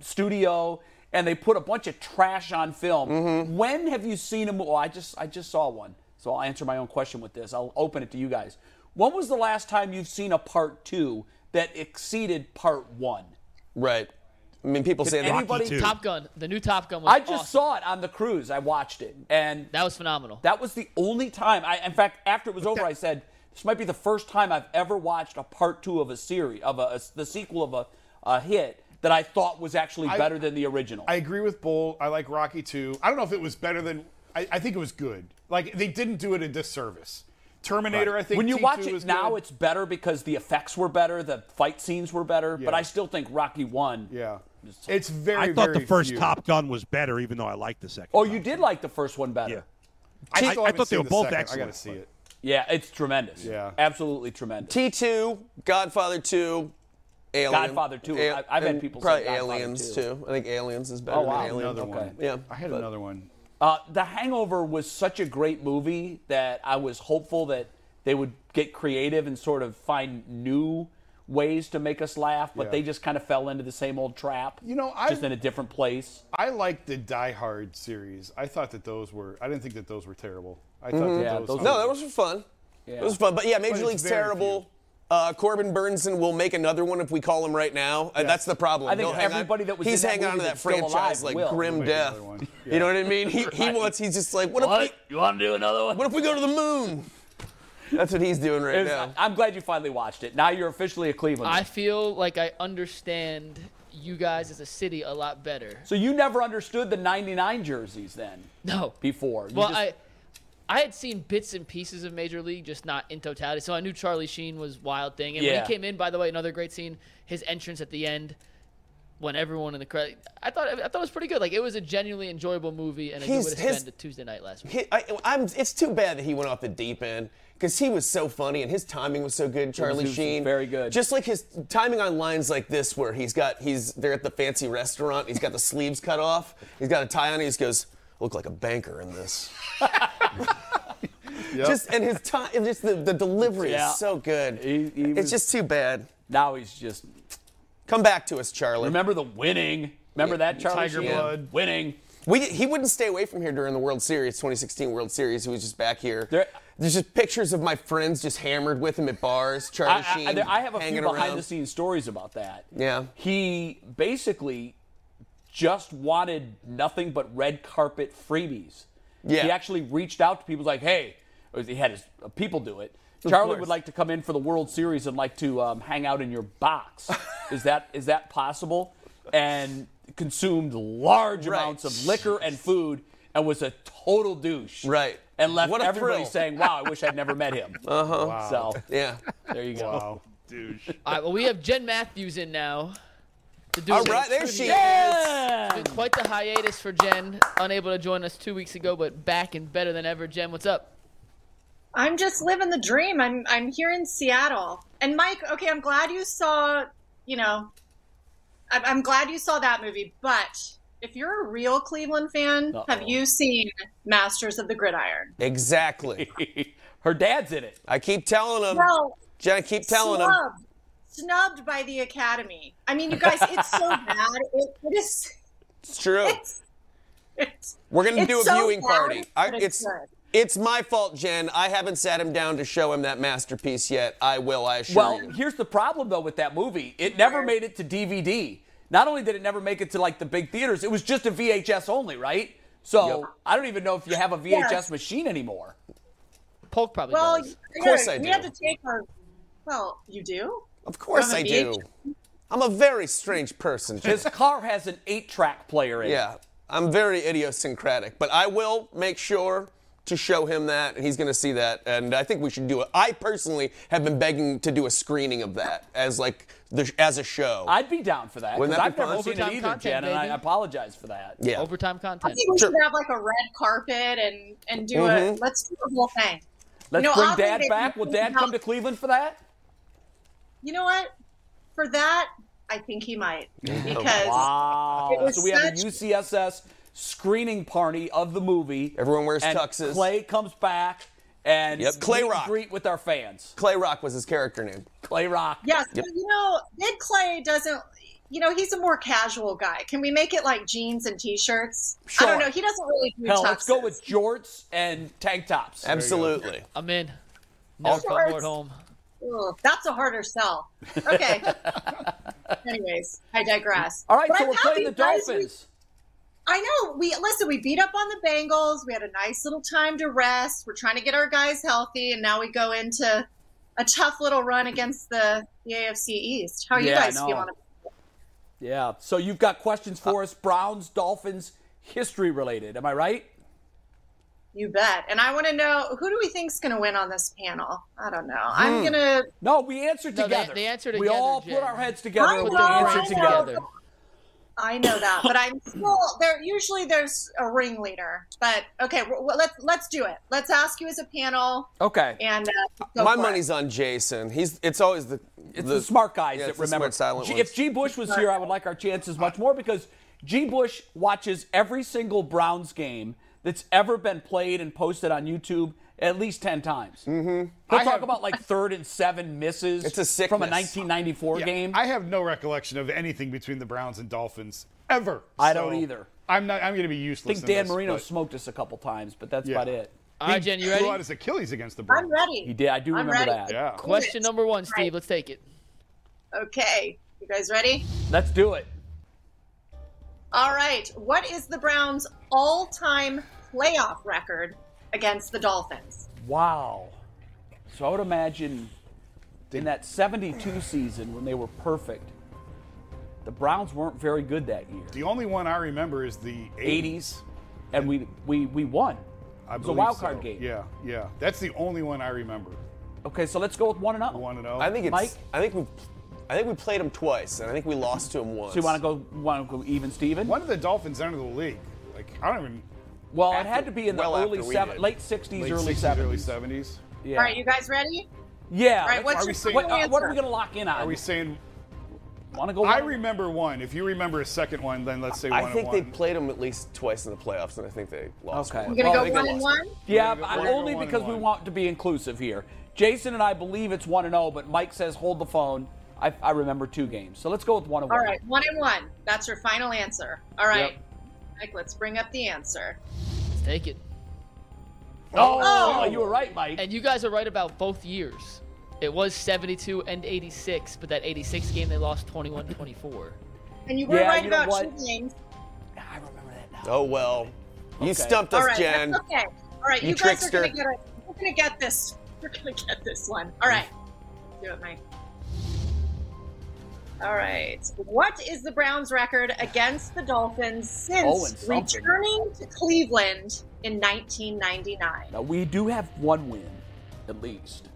Speaker 2: studio. And they put a bunch of trash on film. When have you seen a movie? Well, I just I just saw one, so I'll answer my own question with this. I'll open it to you guys. When was the last time you've seen a part two that exceeded part one?
Speaker 6: Right. I mean, people say that.
Speaker 2: anybody-
Speaker 3: Rocky too.
Speaker 4: Top Gun. The new Top Gun was
Speaker 2: I just
Speaker 4: awesome.
Speaker 2: saw it on the cruise. I watched it, and
Speaker 4: That was phenomenal.
Speaker 2: that was the only time. I, in fact, after it was over, I said this might be the first time I've ever watched a part two of a series of a, a- the sequel of a, a hit that I thought was actually better than the original.
Speaker 5: I agree with Bull. I like Rocky too. I don't know if it was better than. I, I think it was good. Like they didn't do it a disservice. Terminator, I think.
Speaker 2: when you
Speaker 5: T2
Speaker 2: watch it
Speaker 5: is
Speaker 2: now,
Speaker 5: good.
Speaker 2: it's better because the effects were better, the fight scenes were better. But
Speaker 5: Yeah.
Speaker 2: I still think Rocky One.
Speaker 5: yeah, it's very.
Speaker 3: I thought the
Speaker 5: very
Speaker 3: first
Speaker 5: few.
Speaker 3: Top Gun was better, even though I liked the second.
Speaker 2: Oh,
Speaker 3: Top
Speaker 2: you
Speaker 3: Gun.
Speaker 2: did like the first one better.
Speaker 3: Yeah.
Speaker 5: still
Speaker 3: I- I
Speaker 5: haven't
Speaker 3: thought they
Speaker 5: seen
Speaker 3: were
Speaker 5: the
Speaker 3: both
Speaker 5: second. I
Speaker 3: excellent,
Speaker 5: gotta see
Speaker 3: but-
Speaker 5: it.
Speaker 2: Yeah, it's tremendous.
Speaker 5: Yeah.
Speaker 2: absolutely tremendous.
Speaker 6: T2, Godfather 2, Alien.
Speaker 2: Godfather 2.
Speaker 6: A-
Speaker 2: I- I've had
Speaker 6: and
Speaker 2: people say
Speaker 6: probably
Speaker 2: Godfather
Speaker 6: Aliens
Speaker 2: 2.
Speaker 6: too. I think Aliens is better
Speaker 2: Oh, wow.
Speaker 6: than Alien.
Speaker 5: Another
Speaker 2: Okay.
Speaker 5: one.
Speaker 6: Yeah,
Speaker 5: I had another one.
Speaker 2: Uh, the Hangover was such a great movie that I was hopeful that they would get creative and sort of find new ways to make us laugh, but
Speaker 5: Yeah.
Speaker 2: they just kind of fell into the same old trap.
Speaker 5: You know,
Speaker 2: just
Speaker 5: I-
Speaker 2: in a different place.
Speaker 5: I liked the Die Hard series. I thought that those were. I didn't think that those were terrible. I
Speaker 6: Mm-hmm.
Speaker 5: thought that
Speaker 2: Yeah,
Speaker 5: those.
Speaker 2: those-
Speaker 6: No, that was fun. It was fun. But yeah, Major
Speaker 5: it's
Speaker 6: League's
Speaker 5: very
Speaker 6: terrible.
Speaker 5: few.
Speaker 6: Uh, Corbin Burnson will make another one if we call him right now. Uh, that's the problem.
Speaker 2: I think
Speaker 6: He'll hang on-
Speaker 2: everybody that was
Speaker 6: he's
Speaker 2: in that
Speaker 6: hanging on to
Speaker 2: movie
Speaker 6: that
Speaker 2: that's still alive
Speaker 6: franchise like
Speaker 2: will.
Speaker 6: grim
Speaker 5: Make
Speaker 6: death.
Speaker 5: another one.
Speaker 6: You know what I mean? He, he wants. He's just like, what, If
Speaker 2: You want to do another one?
Speaker 6: we, what if we go to the moon? That's what he's doing right now.
Speaker 2: I'm glad you finally watched it. Now you're officially a Cleveland.
Speaker 4: I feel like I understand you guys as a city a lot better.
Speaker 2: so you never understood the 99 jerseys then
Speaker 4: No.
Speaker 2: before. You
Speaker 4: Well,
Speaker 2: just-
Speaker 4: I I had seen bits and pieces of Major League, just not in totality. So I knew Charlie Sheen was Wild Thing, and when he
Speaker 2: Yeah.
Speaker 4: came in, by the way, another great scene, his entrance at the end, when everyone in the crowd, I thought I thought it was pretty good. Like it was a genuinely enjoyable movie, and I
Speaker 6: His-
Speaker 4: would have
Speaker 6: his-
Speaker 4: spent a Tuesday night last week.
Speaker 6: He, I, I'm, it's too bad that he went off the deep end because he was so funny and his timing was so good. Charlie
Speaker 2: he was
Speaker 6: Sheen,
Speaker 2: very good.
Speaker 6: Just like his timing on lines like this, where he's got he's they're at the fancy restaurant, he's got the sleeves cut off, he's got a tie on, he just goes look like a banker in this. Just and his time, and just the, the delivery
Speaker 2: Yeah.
Speaker 6: is so good.
Speaker 2: He- he was-
Speaker 6: it's just too bad.
Speaker 2: now he's just.
Speaker 6: Come back to us, Charlie.
Speaker 2: Remember the winning? Remember that Charlie
Speaker 6: Tiger
Speaker 2: Sheen?
Speaker 6: Blood.
Speaker 2: winning.
Speaker 6: We, he wouldn't stay away from here during the World Series, 2016 World Series. He was just back here.
Speaker 2: There-
Speaker 6: There's just pictures of my friends just hammered with him at bars. Charlie
Speaker 2: I,
Speaker 6: Sheen.
Speaker 2: I, there- I have a few
Speaker 6: hanging
Speaker 2: behind
Speaker 6: around.
Speaker 2: the scenes stories about that.
Speaker 6: Yeah.
Speaker 2: He basically just wanted nothing but red carpet freebies.
Speaker 6: Yeah.
Speaker 2: He actually reached out to people like, hey, or he had his uh, people do it. Charlie
Speaker 6: course.
Speaker 2: would like to come in for the World Series and like to um, hang out in your box. is that is that possible? And consumed large
Speaker 6: Right.
Speaker 2: amounts of liquor and food and was a total douche.
Speaker 6: Right.
Speaker 2: And left
Speaker 6: What a
Speaker 2: everybody
Speaker 6: thrill. Uh-huh.
Speaker 2: saying, wow, I wish I'd never met him. Uh huh. So
Speaker 6: Yeah.
Speaker 2: there you go.
Speaker 5: Wow.
Speaker 4: All right, well, we have Jen Matthews in now. To do
Speaker 6: All
Speaker 4: this.
Speaker 6: right, there she is.
Speaker 4: It's been quite the hiatus for Jen, unable to join us two weeks ago, but back and better than ever. Jen, what's up?
Speaker 7: I'm just living the dream. I'm I'm here in Seattle. And Mike, okay, I'm glad you saw, you know, I'm, I'm glad you saw that movie. But if you're a real Cleveland fan, have you seen Masters of the Gridiron?
Speaker 6: Exactly.
Speaker 2: Her dad's in it.
Speaker 6: I keep telling him.
Speaker 7: Well,
Speaker 6: Jen, I keep telling him.
Speaker 7: snubbed, snubbed by the Academy. I mean, you guys, it's so bad. It, it is.
Speaker 6: It's true.
Speaker 7: It's, it's,
Speaker 6: We're gonna
Speaker 7: it's
Speaker 6: do a
Speaker 7: so
Speaker 6: viewing
Speaker 7: bad,
Speaker 6: party. I,
Speaker 7: but
Speaker 6: it's
Speaker 7: good.
Speaker 6: it's my fault, Jen. I haven't sat him down to show him that masterpiece yet. I will. I assure
Speaker 2: Well,
Speaker 6: you.
Speaker 2: here's the problem though with that movie. It never made it to DVD. Not only did it never make it to like the big theaters, it was just a VHS only, right? So I don't even know if you have a VHS machine anymore.
Speaker 4: Polk probably
Speaker 7: Well,
Speaker 4: does.
Speaker 7: of
Speaker 6: course I
Speaker 7: we
Speaker 6: do.
Speaker 7: have to take our. Well, you do.
Speaker 6: of course
Speaker 7: Wanna
Speaker 6: I
Speaker 7: be-
Speaker 6: do. I'm a very strange person. Jen.
Speaker 2: His car has an eight-track player in it.
Speaker 6: Yeah, I'm very idiosyncratic, but I will make sure to show him that, and he's going to see that. And I think we should do it. I personally have been begging to do a screening of that as like the, as a show.
Speaker 2: I'd be down for that.
Speaker 6: Wouldn't
Speaker 2: 'cause
Speaker 6: that be
Speaker 2: I've never
Speaker 6: fun?
Speaker 2: seen
Speaker 4: Overtime
Speaker 2: it either,
Speaker 4: content,
Speaker 2: Jen, and I
Speaker 4: baby.
Speaker 2: apologize for that.
Speaker 6: yeah,
Speaker 4: Overtime
Speaker 7: I
Speaker 4: content.
Speaker 7: think we
Speaker 6: Sure. Mm-hmm.
Speaker 7: should have like a red carpet and and do a let's do the whole thing.
Speaker 2: Let's
Speaker 7: You know,
Speaker 2: bring
Speaker 7: oddly,
Speaker 2: Dad
Speaker 7: they-
Speaker 2: back. Will Dad come to Cleveland for that?
Speaker 7: You know what? For that, I think he might because
Speaker 2: Oh, Wow.
Speaker 7: It was
Speaker 2: So we have a
Speaker 7: such-
Speaker 2: UCSS screening party of the movie.
Speaker 6: Everyone wears
Speaker 2: and
Speaker 6: tuxes.
Speaker 2: Clay comes back and
Speaker 6: Yep, Clay
Speaker 2: meet and
Speaker 6: Rock.
Speaker 2: greet with our fans.
Speaker 6: Clay Rock was his character name.
Speaker 2: Clay Rock.
Speaker 7: yes, but, you know, Ed Clay doesn't. You know, he's a more casual guy. Can we make it like jeans and t-shirts? I
Speaker 6: Sure.
Speaker 7: don't know. He doesn't really do
Speaker 2: Hell, let's go
Speaker 7: tuxes.
Speaker 2: with jorts and tank tops.
Speaker 6: Absolutely.
Speaker 4: I'm in. Never felt more at home.
Speaker 7: Ugh, that's a harder sell. Okay. Anyways, I digress.
Speaker 2: All right,
Speaker 7: But
Speaker 2: so
Speaker 7: I'm
Speaker 2: we're playing the
Speaker 7: happy, guys. We-
Speaker 2: Dolphins.
Speaker 7: I know. We listen. We beat up on the Bengals. We had a nice little time to rest. We're trying to get our guys healthy, and now we go into a tough little run against the, the AFC East. How are you
Speaker 2: Yeah, I
Speaker 7: guys
Speaker 2: know.
Speaker 7: feeling? about it?
Speaker 2: Yeah. So you've got questions for us, Browns, Dolphins, history related. Am I right?
Speaker 7: You bet. And I want to know who do we think's going to win on this panel? I don't know.
Speaker 2: Hmm.
Speaker 7: I'm going to.
Speaker 2: No, we answered
Speaker 4: No, they-
Speaker 2: together.
Speaker 4: they answered
Speaker 2: We
Speaker 4: together,
Speaker 2: all
Speaker 4: Jen.
Speaker 2: put our heads together.
Speaker 7: I
Speaker 2: and
Speaker 7: know,
Speaker 2: we
Speaker 7: I
Speaker 2: answered
Speaker 7: know.
Speaker 2: together.
Speaker 7: I know that, but I'm still there. Usually, there's a ringleader, but okay, well, let's let's do it. Let's ask you as a panel,
Speaker 2: Okay.
Speaker 7: and uh, go
Speaker 6: My
Speaker 7: for it.
Speaker 6: money's on Jason. He's it's always the
Speaker 2: It's the, smart guys
Speaker 6: yeah,
Speaker 2: that
Speaker 6: it's the
Speaker 2: remember.
Speaker 6: smart silent
Speaker 2: G-
Speaker 6: ones.
Speaker 2: If G. Bush was here, I would like our chances much more because G. Bush watches every single Browns game that's ever been played and posted on YouTube at least ten times. Mm-hmm. He'll talk
Speaker 5: have-
Speaker 2: about like third and seven misses.
Speaker 6: It's a sickness.
Speaker 2: from a 1994
Speaker 5: Yeah,
Speaker 2: game.
Speaker 5: I have no recollection of anything between the Browns and Dolphins ever.
Speaker 2: I don't either.
Speaker 5: I'm not. I'm going to be
Speaker 2: I
Speaker 5: useless.
Speaker 2: think
Speaker 5: in
Speaker 2: Dan
Speaker 5: this,
Speaker 2: Marino
Speaker 5: but
Speaker 2: smoked us a couple times, but that's
Speaker 5: Yeah.
Speaker 2: about it.
Speaker 4: All right, Jen, you
Speaker 5: he blew out
Speaker 4: ready?
Speaker 5: his Achilles against the Browns.
Speaker 7: I'm ready.
Speaker 2: He did. I do
Speaker 7: I'm
Speaker 2: remember
Speaker 7: ready.
Speaker 2: that.
Speaker 5: Yeah.
Speaker 4: Question number one, Steve.
Speaker 7: Right.
Speaker 4: Let's take it.
Speaker 7: Okay, you guys ready?
Speaker 2: Let's do it.
Speaker 7: All right. What is the Browns' all-time playoff record against the Dolphins?
Speaker 2: Wow. So I would imagine in that 72 season when they were perfect, the Browns weren't very good that year.
Speaker 5: The only one I remember is the 80s.
Speaker 2: 80s, and we we we won.
Speaker 5: I
Speaker 2: was a
Speaker 5: believe
Speaker 2: wild
Speaker 5: so.
Speaker 2: card game.
Speaker 5: Yeah, yeah. That's the only one I remember.
Speaker 2: Okay, so let's go with one and oh. up.
Speaker 5: One and zero.
Speaker 6: I think it's
Speaker 2: Mike?
Speaker 6: I think we I think we played him twice and I think we lost to him once.
Speaker 2: So you want to go want to go even, Steven?
Speaker 5: one of the Dolphins entered the league. Like I don't even
Speaker 2: Well,
Speaker 6: After-
Speaker 2: it had to be in the
Speaker 6: well after
Speaker 2: early
Speaker 6: we
Speaker 2: seven,
Speaker 6: did.
Speaker 2: late 60s,
Speaker 5: late
Speaker 2: early
Speaker 5: 60s,
Speaker 2: 70s.
Speaker 5: early 70s.
Speaker 2: Yeah.
Speaker 7: All right, you guys ready?
Speaker 2: yeah.
Speaker 7: All right.
Speaker 2: let's-
Speaker 7: What's
Speaker 5: are we
Speaker 7: your
Speaker 5: saying-
Speaker 7: final
Speaker 2: what, uh, what are we
Speaker 7: answer?
Speaker 2: going to lock in on?
Speaker 5: Are we saying?
Speaker 2: want to go?
Speaker 5: I
Speaker 2: one-
Speaker 5: remember one. If you remember a second one, then let's say one
Speaker 6: I think
Speaker 5: and
Speaker 6: they
Speaker 5: one.
Speaker 6: played him at least twice in the playoffs and I think they lost.
Speaker 2: Okay.
Speaker 6: one.
Speaker 7: You're
Speaker 6: Well,
Speaker 7: gonna
Speaker 6: I think
Speaker 7: go
Speaker 6: they
Speaker 7: one and
Speaker 6: lost.
Speaker 7: one.
Speaker 2: Yeah,
Speaker 5: We're gonna
Speaker 2: but
Speaker 5: go
Speaker 2: only
Speaker 5: one and
Speaker 2: because we
Speaker 5: one.
Speaker 2: want to be inclusive here. Jason and I believe it's one and zero, but Mike says hold the phone. I, I remember two games, so let's go with one and
Speaker 7: All
Speaker 2: one.
Speaker 7: right, one and one. That's your final answer. All right,
Speaker 2: Yep.
Speaker 7: Mike. Let's bring up the answer.
Speaker 4: Let's take it.
Speaker 2: Oh, you were right, Mike.
Speaker 4: And you guys are right about both years. It was 72 and 86, but that 86 game they lost 21-24.
Speaker 7: And you were
Speaker 2: Yeah,
Speaker 7: right
Speaker 2: you know
Speaker 7: about
Speaker 2: what?
Speaker 7: two games.
Speaker 2: I remember that now.
Speaker 6: Oh well. You stumped us,
Speaker 7: All right,
Speaker 6: Jen.
Speaker 7: that's okay. All right,
Speaker 6: You
Speaker 7: you, guys
Speaker 6: trickster.
Speaker 7: are gonna get it. We're gonna get this. We're gonna get this one. All right, do it, Mike. All right. What is the Browns' record against the Dolphins
Speaker 2: Oh, and
Speaker 7: since
Speaker 2: something.
Speaker 7: returning to Cleveland in 1999?
Speaker 2: Now we do have one win, at least.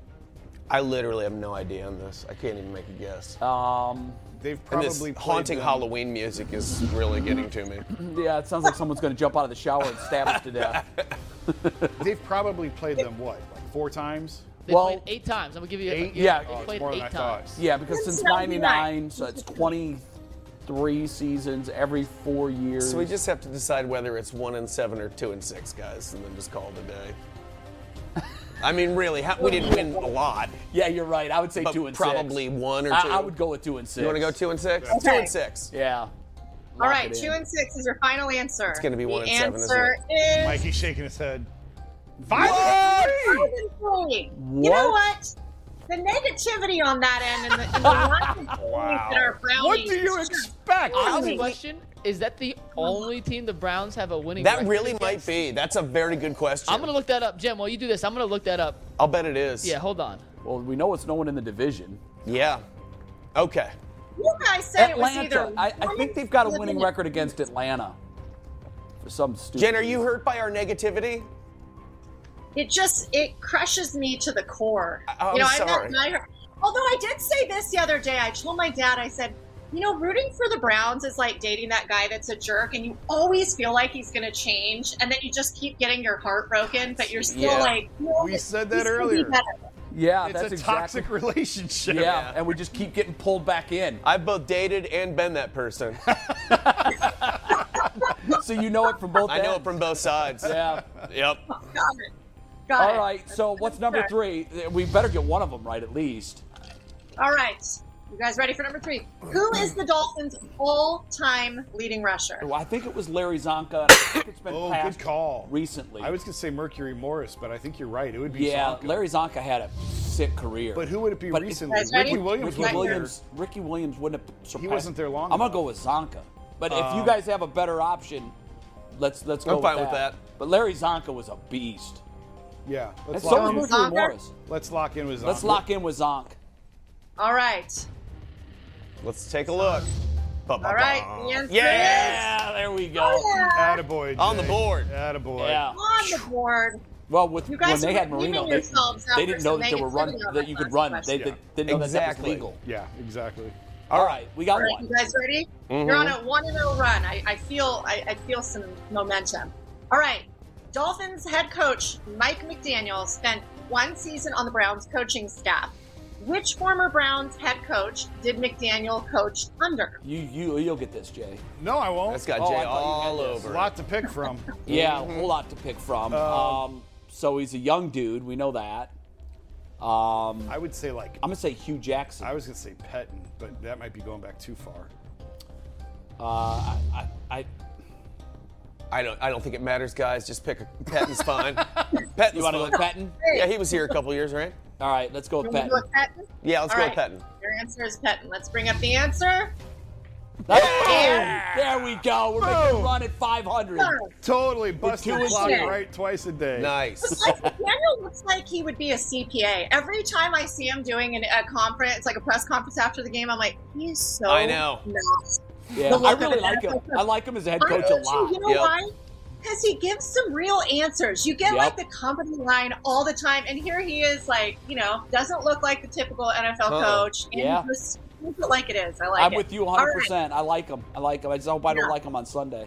Speaker 6: I literally have no idea on this. I can't even make a guess.
Speaker 2: Um,
Speaker 5: They've
Speaker 6: and
Speaker 5: probably
Speaker 6: this
Speaker 5: played
Speaker 6: haunting
Speaker 5: them-
Speaker 6: Halloween music is really getting to me.
Speaker 2: yeah, it sounds like someone's going to jump out of the shower and stab us to death.
Speaker 5: They've probably played them what, like four times?
Speaker 4: They
Speaker 2: Well-
Speaker 4: played eight times. I'm gonna give you.
Speaker 2: Eight?
Speaker 4: They
Speaker 2: Yeah.
Speaker 5: Oh, it's
Speaker 4: played
Speaker 5: more
Speaker 4: eight
Speaker 5: than I
Speaker 4: times.
Speaker 5: thought.
Speaker 2: Yeah, because since
Speaker 7: That sounds right.
Speaker 2: '99, so it's 23 seasons every four years.
Speaker 6: So we just have to decide whether it's one and seven or two and six, guys, and then just call it a day. I mean, really, how, we didn't win a lot,
Speaker 2: yeah, you're right. I would say
Speaker 6: but
Speaker 2: two and
Speaker 6: probably
Speaker 2: six.
Speaker 6: one or two.
Speaker 2: I, I would go with two and six.
Speaker 6: You want to go two and six?
Speaker 5: Okay.
Speaker 6: Two and six.
Speaker 2: Yeah.
Speaker 7: All
Speaker 2: Lock
Speaker 7: right,
Speaker 2: it in.
Speaker 7: two and six is your final answer. It's
Speaker 6: gonna be one
Speaker 7: the
Speaker 6: and seven, isn't
Speaker 7: answer is
Speaker 5: Mikey's shaking his head. Five.
Speaker 7: five and three. You know what? The negativity on that end and the, and the lack of things that are Brownies.
Speaker 5: What do you expect?
Speaker 4: Honest question: Is that the only team the Browns have a winning?
Speaker 6: That
Speaker 4: record
Speaker 6: really might
Speaker 4: against?
Speaker 6: be. That's a very good question.
Speaker 4: I'm gonna look that up, Jim. While you do this, I'm gonna look that up.
Speaker 6: I'll bet it is.
Speaker 4: Yeah, hold on.
Speaker 2: Well, we know it's no one in the division.
Speaker 6: Yeah. Okay.
Speaker 7: You guys said it was
Speaker 2: Atlanta.
Speaker 7: either.
Speaker 2: I, I
Speaker 7: one
Speaker 2: think they've got a
Speaker 7: or
Speaker 2: winning
Speaker 7: nothing.
Speaker 2: record against Atlanta. For some stupid.
Speaker 6: Jen, are you hurt by our negativity?
Speaker 7: It just it crushes me to the core.
Speaker 6: I'm
Speaker 7: you know,
Speaker 6: sorry.
Speaker 7: I'm not. neither- Although I did say this the other day, I told my dad, I said, you know, rooting for the Browns is like dating that guy that's a jerk, and you always feel like he's going to change, and then you just keep getting your heart broken, but you're still
Speaker 6: Yeah.
Speaker 7: like, no,
Speaker 5: We said that
Speaker 7: he's gonna be
Speaker 5: earlier.
Speaker 7: better.
Speaker 2: Yeah,
Speaker 5: It's
Speaker 2: Uh, that's
Speaker 5: a
Speaker 2: exactly.
Speaker 5: toxic relationship.
Speaker 2: yeah, and we just keep getting pulled back in.
Speaker 6: I've both dated and been that person.
Speaker 2: So you know it from both.
Speaker 6: I know it
Speaker 2: ends.
Speaker 6: from both sides.
Speaker 2: Yeah.
Speaker 6: Yep.
Speaker 7: Oh, Got it. Got
Speaker 2: All
Speaker 7: it.
Speaker 2: right. So what's number three? We better get one of them right at least.
Speaker 7: All right. You guys ready for number three? Who is the Dolphins' all-time leading rusher?
Speaker 2: Well, I think it was Larry Zonka. And I think it's been
Speaker 5: Oh,
Speaker 2: passed
Speaker 5: good call.
Speaker 2: recently.
Speaker 5: I was going to say Mercury Morris, but I think you're right. It would be
Speaker 2: Yeah,
Speaker 5: Zonka.
Speaker 2: Larry Zonka had a sick career.
Speaker 5: But who would it be
Speaker 2: But it's-
Speaker 5: recently?
Speaker 7: Guys, ready?
Speaker 5: Ricky Williams.
Speaker 2: Ricky
Speaker 5: was
Speaker 7: Right
Speaker 5: there.
Speaker 2: Williams. Ricky Williams wouldn't have surpassed.
Speaker 5: wasn't there long
Speaker 2: I'm gonna
Speaker 5: enough.
Speaker 2: go with Zonka. But if you guys have a better option, let's let's go.
Speaker 6: I'm fine with that.
Speaker 2: But Larry Zonka was a beast.
Speaker 5: Yeah.
Speaker 2: And
Speaker 5: Let's
Speaker 2: so
Speaker 5: lock,
Speaker 7: Zonka.
Speaker 5: in.
Speaker 2: was Mercury Morris.
Speaker 5: let's lock in with Zonka.
Speaker 2: Let's lock in with Zonk.
Speaker 7: All right.
Speaker 6: Let's take a look.
Speaker 7: All right. The answer is
Speaker 2: Yeah, there we go.
Speaker 7: oh, yeah.
Speaker 5: Attaboy.
Speaker 6: On the board.
Speaker 5: Attaboy.
Speaker 2: Yeah.
Speaker 7: on the board.
Speaker 2: Well, with
Speaker 7: You guys
Speaker 2: when they
Speaker 7: were
Speaker 2: had Marino,
Speaker 7: redeeming
Speaker 2: they,
Speaker 7: yourselves
Speaker 2: they
Speaker 7: after
Speaker 2: didn't know
Speaker 7: some
Speaker 2: that there were run
Speaker 7: negativity on
Speaker 2: that
Speaker 7: my
Speaker 2: you could
Speaker 7: last
Speaker 2: run. They,
Speaker 7: question.
Speaker 2: they didn't know that that was
Speaker 6: Exactly.
Speaker 2: legal.
Speaker 5: Yeah, exactly.
Speaker 2: All right, we got
Speaker 7: All right,
Speaker 2: one.
Speaker 7: you guys ready?
Speaker 6: Mm-hmm.
Speaker 7: You're on a one and zero run. I, I feel I, I feel some momentum. All right, Dolphins head coach Mike McDaniel spent one season on the Browns coaching staff. Which former Browns head coach did McDaniel coach under?
Speaker 2: You you you'll get this, Jay.
Speaker 5: No, I won't.
Speaker 6: That's got
Speaker 2: Oh, I
Speaker 6: Jay
Speaker 2: thought you had
Speaker 6: all
Speaker 2: this.
Speaker 5: a
Speaker 6: over.
Speaker 5: lot to pick from.
Speaker 2: Yeah, a whole lot to pick from. Um, so he's a young dude. We know that. Um,
Speaker 5: I would say like
Speaker 2: I'm gonna say Hugh Jackson.
Speaker 5: I was gonna say Petton, but that might be going back too far.
Speaker 2: Uh, I, I, I
Speaker 6: I don't. I don't think it matters, guys. Just pick. A, Patton's fine. Patton's
Speaker 2: you want to go
Speaker 6: fine.
Speaker 2: with Patton?
Speaker 6: Yeah, he was here a couple years, right?
Speaker 2: All right, let's go with
Speaker 7: Can we
Speaker 2: Patton.
Speaker 7: go with Patton?
Speaker 6: Yeah, let's
Speaker 7: All
Speaker 6: go
Speaker 7: right.
Speaker 6: with Patton.
Speaker 7: Your answer is Petton. Let's bring up the answer.
Speaker 2: That's it. There we go. We're making a
Speaker 5: Boom.
Speaker 2: run at 500.
Speaker 5: Totally busted
Speaker 2: two
Speaker 5: the
Speaker 2: and
Speaker 5: clock
Speaker 7: two.
Speaker 5: right twice a day.
Speaker 6: Nice.
Speaker 7: Like, Daniel looks like he would be a CPA. Every time I see him doing an, a conference, like a press conference after the game, I'm like, he's so.
Speaker 6: I know.
Speaker 7: not
Speaker 2: Yeah,
Speaker 7: The look
Speaker 2: I
Speaker 7: of
Speaker 2: really
Speaker 7: it.
Speaker 2: like him. I like him as a head coach a
Speaker 7: Aren't
Speaker 2: lot.
Speaker 7: You know
Speaker 6: Yep.
Speaker 7: why? Because he gives some real answers. You get
Speaker 2: Yep.
Speaker 7: like the company line all the time, and here he is, like you know, doesn't look like the typical NFL coach. And
Speaker 2: Yeah.
Speaker 7: he just speaks it like it is. I like
Speaker 2: I'm
Speaker 7: it.
Speaker 2: with you
Speaker 7: All right.
Speaker 2: 100%. I like him. I like him. I just hope I don't
Speaker 7: Yeah.
Speaker 2: like him on Sunday.